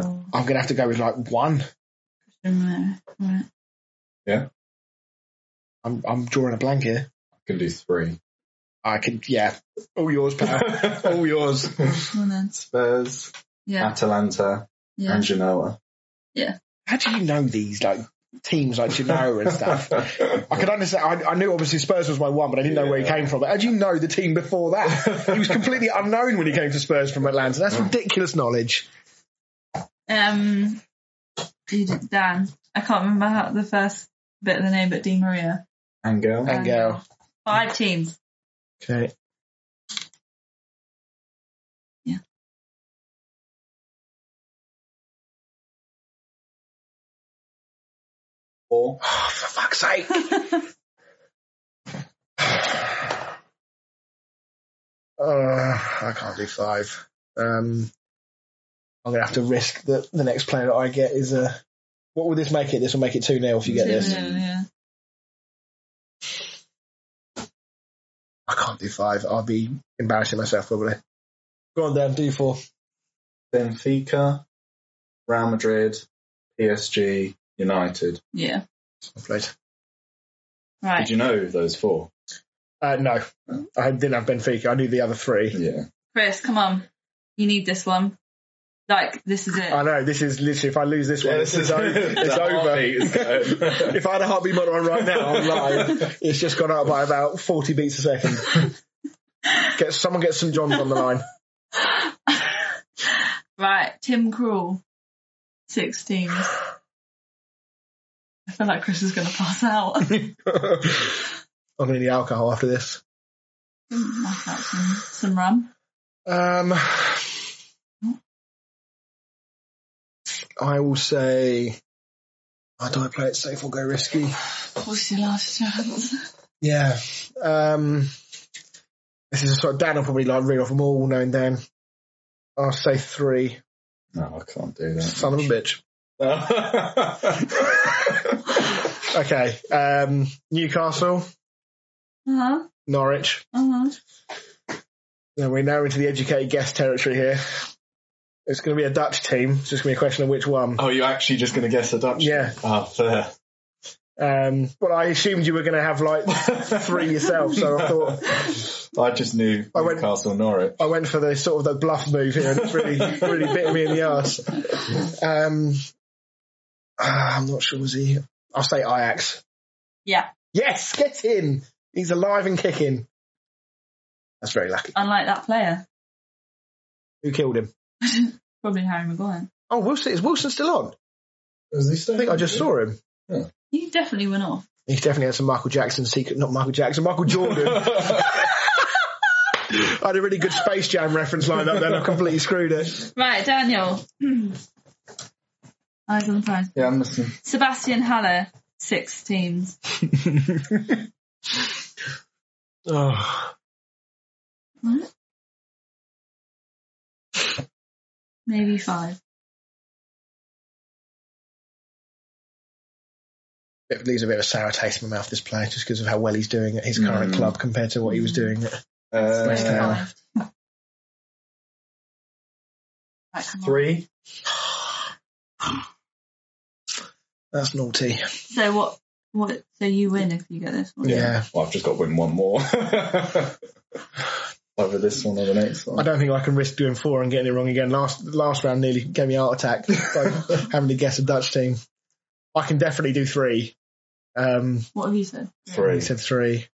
Speaker 2: Four,
Speaker 1: I'm gonna have to go with like one.
Speaker 2: three, right.
Speaker 1: I'm I'm drawing a blank here.
Speaker 3: can do three.
Speaker 1: I can yeah. All yours, pal. All yours.
Speaker 2: Well then.
Speaker 3: Spurs,
Speaker 2: Yeah.
Speaker 3: Atalanta,
Speaker 2: Yeah.
Speaker 3: Ah, and Genoa.
Speaker 1: How do you know these like teams like Genoa and stuff? I could understand. I, I knew obviously Spurs was my one, but I didn't know where he
Speaker 3: Yeah.
Speaker 1: came from. But how do you know the team before that? he was completely unknown when he came to Spurs from Atlanta. That's ridiculous knowledge.
Speaker 2: Um, you did Dan. I can't remember how the first bit of the name, but Di Maria.
Speaker 3: Angel.
Speaker 1: And go.
Speaker 2: Five teams.
Speaker 1: Okay.
Speaker 2: Yeah.
Speaker 3: Four.
Speaker 1: Oh, for fuck's sake. Uh, I can't do five. Um, I'm gonna have to risk that the next player that I get is a. What will this make it? This will make it two 0 if you get this.
Speaker 2: Two, yeah.
Speaker 1: I can't do five. I'll be embarrassing myself probably. Go on, Dan. Do four.
Speaker 3: Benfica, Real Madrid, PSG, United.
Speaker 2: Yeah.
Speaker 1: I've played.
Speaker 2: Right.
Speaker 3: Did you know those four?
Speaker 1: Uh, no, I didn't have Benfica. I knew the other three.
Speaker 3: Yeah.
Speaker 2: Chris, come on. You need this one. Like, this is it.
Speaker 1: I know this is literally. If I lose this one, it's, o- it's over.
Speaker 3: over.
Speaker 1: If I had a heartbeat monitor on right now, I'm live. It's just gone up by about 40 beats a second. Get someone get St John's on the line.
Speaker 2: Right. Tim Krul. Six teams. I feel like Chris is going to pass out.
Speaker 1: I'm gonna need alcohol after this.
Speaker 2: Knock out some, some rum.
Speaker 1: Um, I will say. I do I play it safe or go risky?
Speaker 2: What's your last chance?
Speaker 1: Yeah. Um, this is a sort of Dan will probably like read off them all, knowing Dan. I'll say three.
Speaker 3: No, I can't do that.
Speaker 1: Son of a bitch.
Speaker 3: I
Speaker 1: Okay. Um, Newcastle,
Speaker 2: Uh huh.
Speaker 1: Norwich.
Speaker 2: Uh huh.
Speaker 1: Now we're now into the educated guess territory here. It's going to be a Dutch team. It's just going to be a question of which one.
Speaker 3: Oh, you're actually just going to guess the Dutch?
Speaker 1: Yeah.
Speaker 3: Oh, fair.
Speaker 1: Um, well, I assumed you were going to have like three yourself, so I thought
Speaker 3: I just knew
Speaker 1: I went-
Speaker 3: Newcastle, Norwich.
Speaker 1: I went for the sort of the bluff move here, and it's really really bit me in the arse. Um, ah, I'm not sure. Was he? I'll say Ajax.
Speaker 2: Yeah.
Speaker 1: Yes, get in. He's alive and kicking. That's very lucky.
Speaker 2: Unlike that player.
Speaker 1: Who killed him?
Speaker 2: Probably Harry Maguire.
Speaker 1: Oh, Wilson. Is Wilson still on? I think I just saw him.
Speaker 2: He definitely went off.
Speaker 1: He's definitely had some Michael Jackson secret. Not Michael Jackson. Michael Jordan. I had a really good Space Jam reference lined up. Then I completely screwed it.
Speaker 2: Right, Daniel. Eyes on the prize.
Speaker 3: yeah, I'm listening.
Speaker 2: Sebastian Haller, six teams.
Speaker 1: Oh.
Speaker 2: Maybe five.
Speaker 1: it leaves a bit of a sour taste in my mouth. This player, just because of how well he's doing at his current
Speaker 3: Mm.
Speaker 1: club compared to what he was doing. At,
Speaker 2: Maybe
Speaker 3: Uh,
Speaker 2: five. Right, come on.
Speaker 3: three.
Speaker 1: that's naughty.
Speaker 2: So what? What? So you win if you get this one.
Speaker 1: Yeah.
Speaker 3: Well, I've just got to win one more. Either this one or the next
Speaker 1: I
Speaker 3: one.
Speaker 1: don't think I can risk doing four and getting it wrong again. Last last round nearly gave me a heart attack by having to guess a Dutch team. I can definitely do three. Um,
Speaker 2: What have you said?
Speaker 1: he
Speaker 3: Three.
Speaker 1: said three.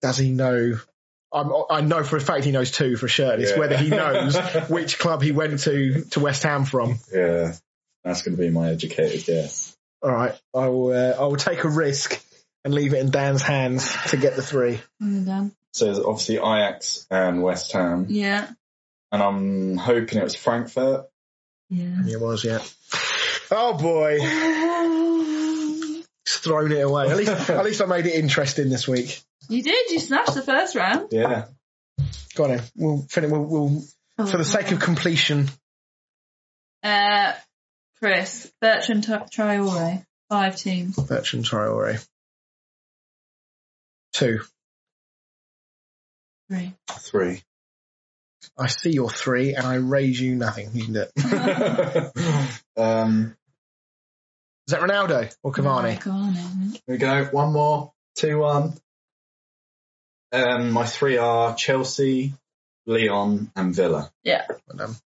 Speaker 1: Does he know? I'm, I know for a fact he knows two for sure. It's
Speaker 3: Yeah.
Speaker 1: whether he knows which club he went to to West Ham from.
Speaker 3: Yeah. That's going to be my educated guess.
Speaker 1: All right, I will. Uh, I will take a risk and leave it in Dan's hands to get the three.
Speaker 2: Mm, Dan.
Speaker 3: So there's obviously Ajax and West Ham.
Speaker 2: Yeah.
Speaker 3: And I'm hoping it was Frankfurt.
Speaker 2: Yeah.
Speaker 1: It was, yeah. Oh boy, it's thrown it away. At least, at least I made it interesting this week.
Speaker 2: You did. You smashed the first round.
Speaker 3: Yeah.
Speaker 1: Go on, then. we'll finish. We'll, we'll for the sake of completion.
Speaker 2: Uh, Chris Bertrand T- Traore, five teams.
Speaker 1: Bertrand Traore. Two.
Speaker 2: Three.
Speaker 3: Three.
Speaker 1: I see your three and I raise you nothing. You can do it. Is
Speaker 3: um,
Speaker 1: that Ronaldo or Cavani?
Speaker 2: Cavani.
Speaker 3: here we go. One more. Two one. Um, my three are Chelsea, Leon, and Villa.
Speaker 2: Yeah.
Speaker 1: But, um,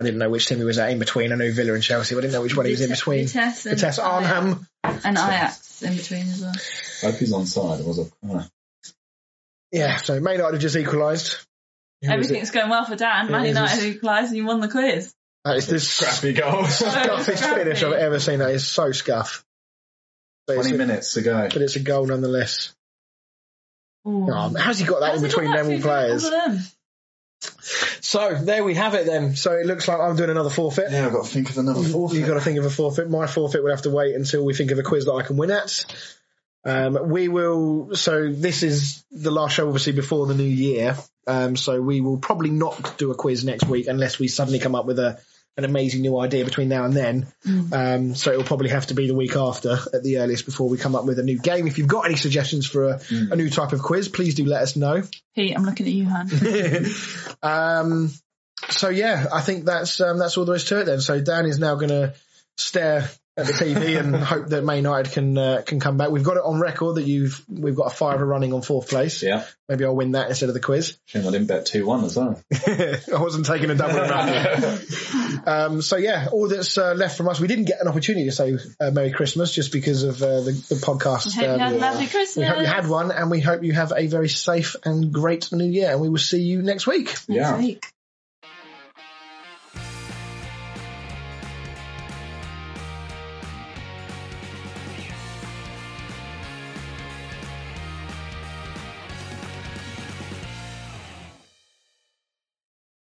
Speaker 1: I didn't know which team he was at in between. I knew Villa and Chelsea, but I didn't know which one he was in between.
Speaker 2: Vitesse and
Speaker 1: Vitesse, Arnhem.
Speaker 2: And Ajax in between as well.
Speaker 3: I hope he's on side. Was it? Oh.
Speaker 1: Yeah, so Maynard have just equalised. Who is it?
Speaker 2: Everything's going well for Dan. Man
Speaker 1: Yeah, it
Speaker 2: United
Speaker 1: is.
Speaker 2: equalised and you won the quiz.
Speaker 1: That is this
Speaker 3: Crappy goals.
Speaker 1: scuffest finish I've ever seen. That is so scuff. But it's,
Speaker 3: Twenty
Speaker 1: a,
Speaker 3: minutes to go.
Speaker 1: but it's a goal nonetheless.
Speaker 2: Ooh.
Speaker 1: Oh, how's he got that
Speaker 2: How's
Speaker 1: in
Speaker 2: he got
Speaker 1: between them
Speaker 2: that
Speaker 1: all
Speaker 2: through to
Speaker 1: players?
Speaker 2: all of them?
Speaker 1: So there we have it then. So it looks like I'm doing another forfeit.
Speaker 3: Yeah, I've got to think of another forfeit.
Speaker 1: You've got to think of a forfeit. My forfeit will have to wait until we think of a quiz that I can win at. Um, we will. So this is the last show, obviously, before the new year. Um, so we will probably not do a quiz next week unless we suddenly come up with a an amazing new idea between now and then. Um, so it'll probably have to be the week after at the earliest before we come up with a new game. If you've got any suggestions for a, a new type of quiz, please do let us know.
Speaker 2: Pete, I'm looking at you, Han.
Speaker 1: Um, so yeah, I think that's um, that's all there is to it then. So Dan is now going to stare at the TV and hope that Man United can uh, can come back. We've got it on record that you've we've got a fiver running on fourth place.
Speaker 3: Yeah,
Speaker 1: Maybe I'll win that instead of the quiz.
Speaker 3: shame I didn't bet two one as well.
Speaker 1: I wasn't taking a double round. Um, so yeah, all that's uh, left from us, we didn't get an opportunity to say uh, Merry Christmas just because of uh, the, the podcast.
Speaker 2: Hope you
Speaker 1: um,
Speaker 2: had a lovely Christmas.
Speaker 1: we hope you had one, and we hope you have a very safe and great New Year. And we will see you next week.
Speaker 3: yeah.
Speaker 2: Next week.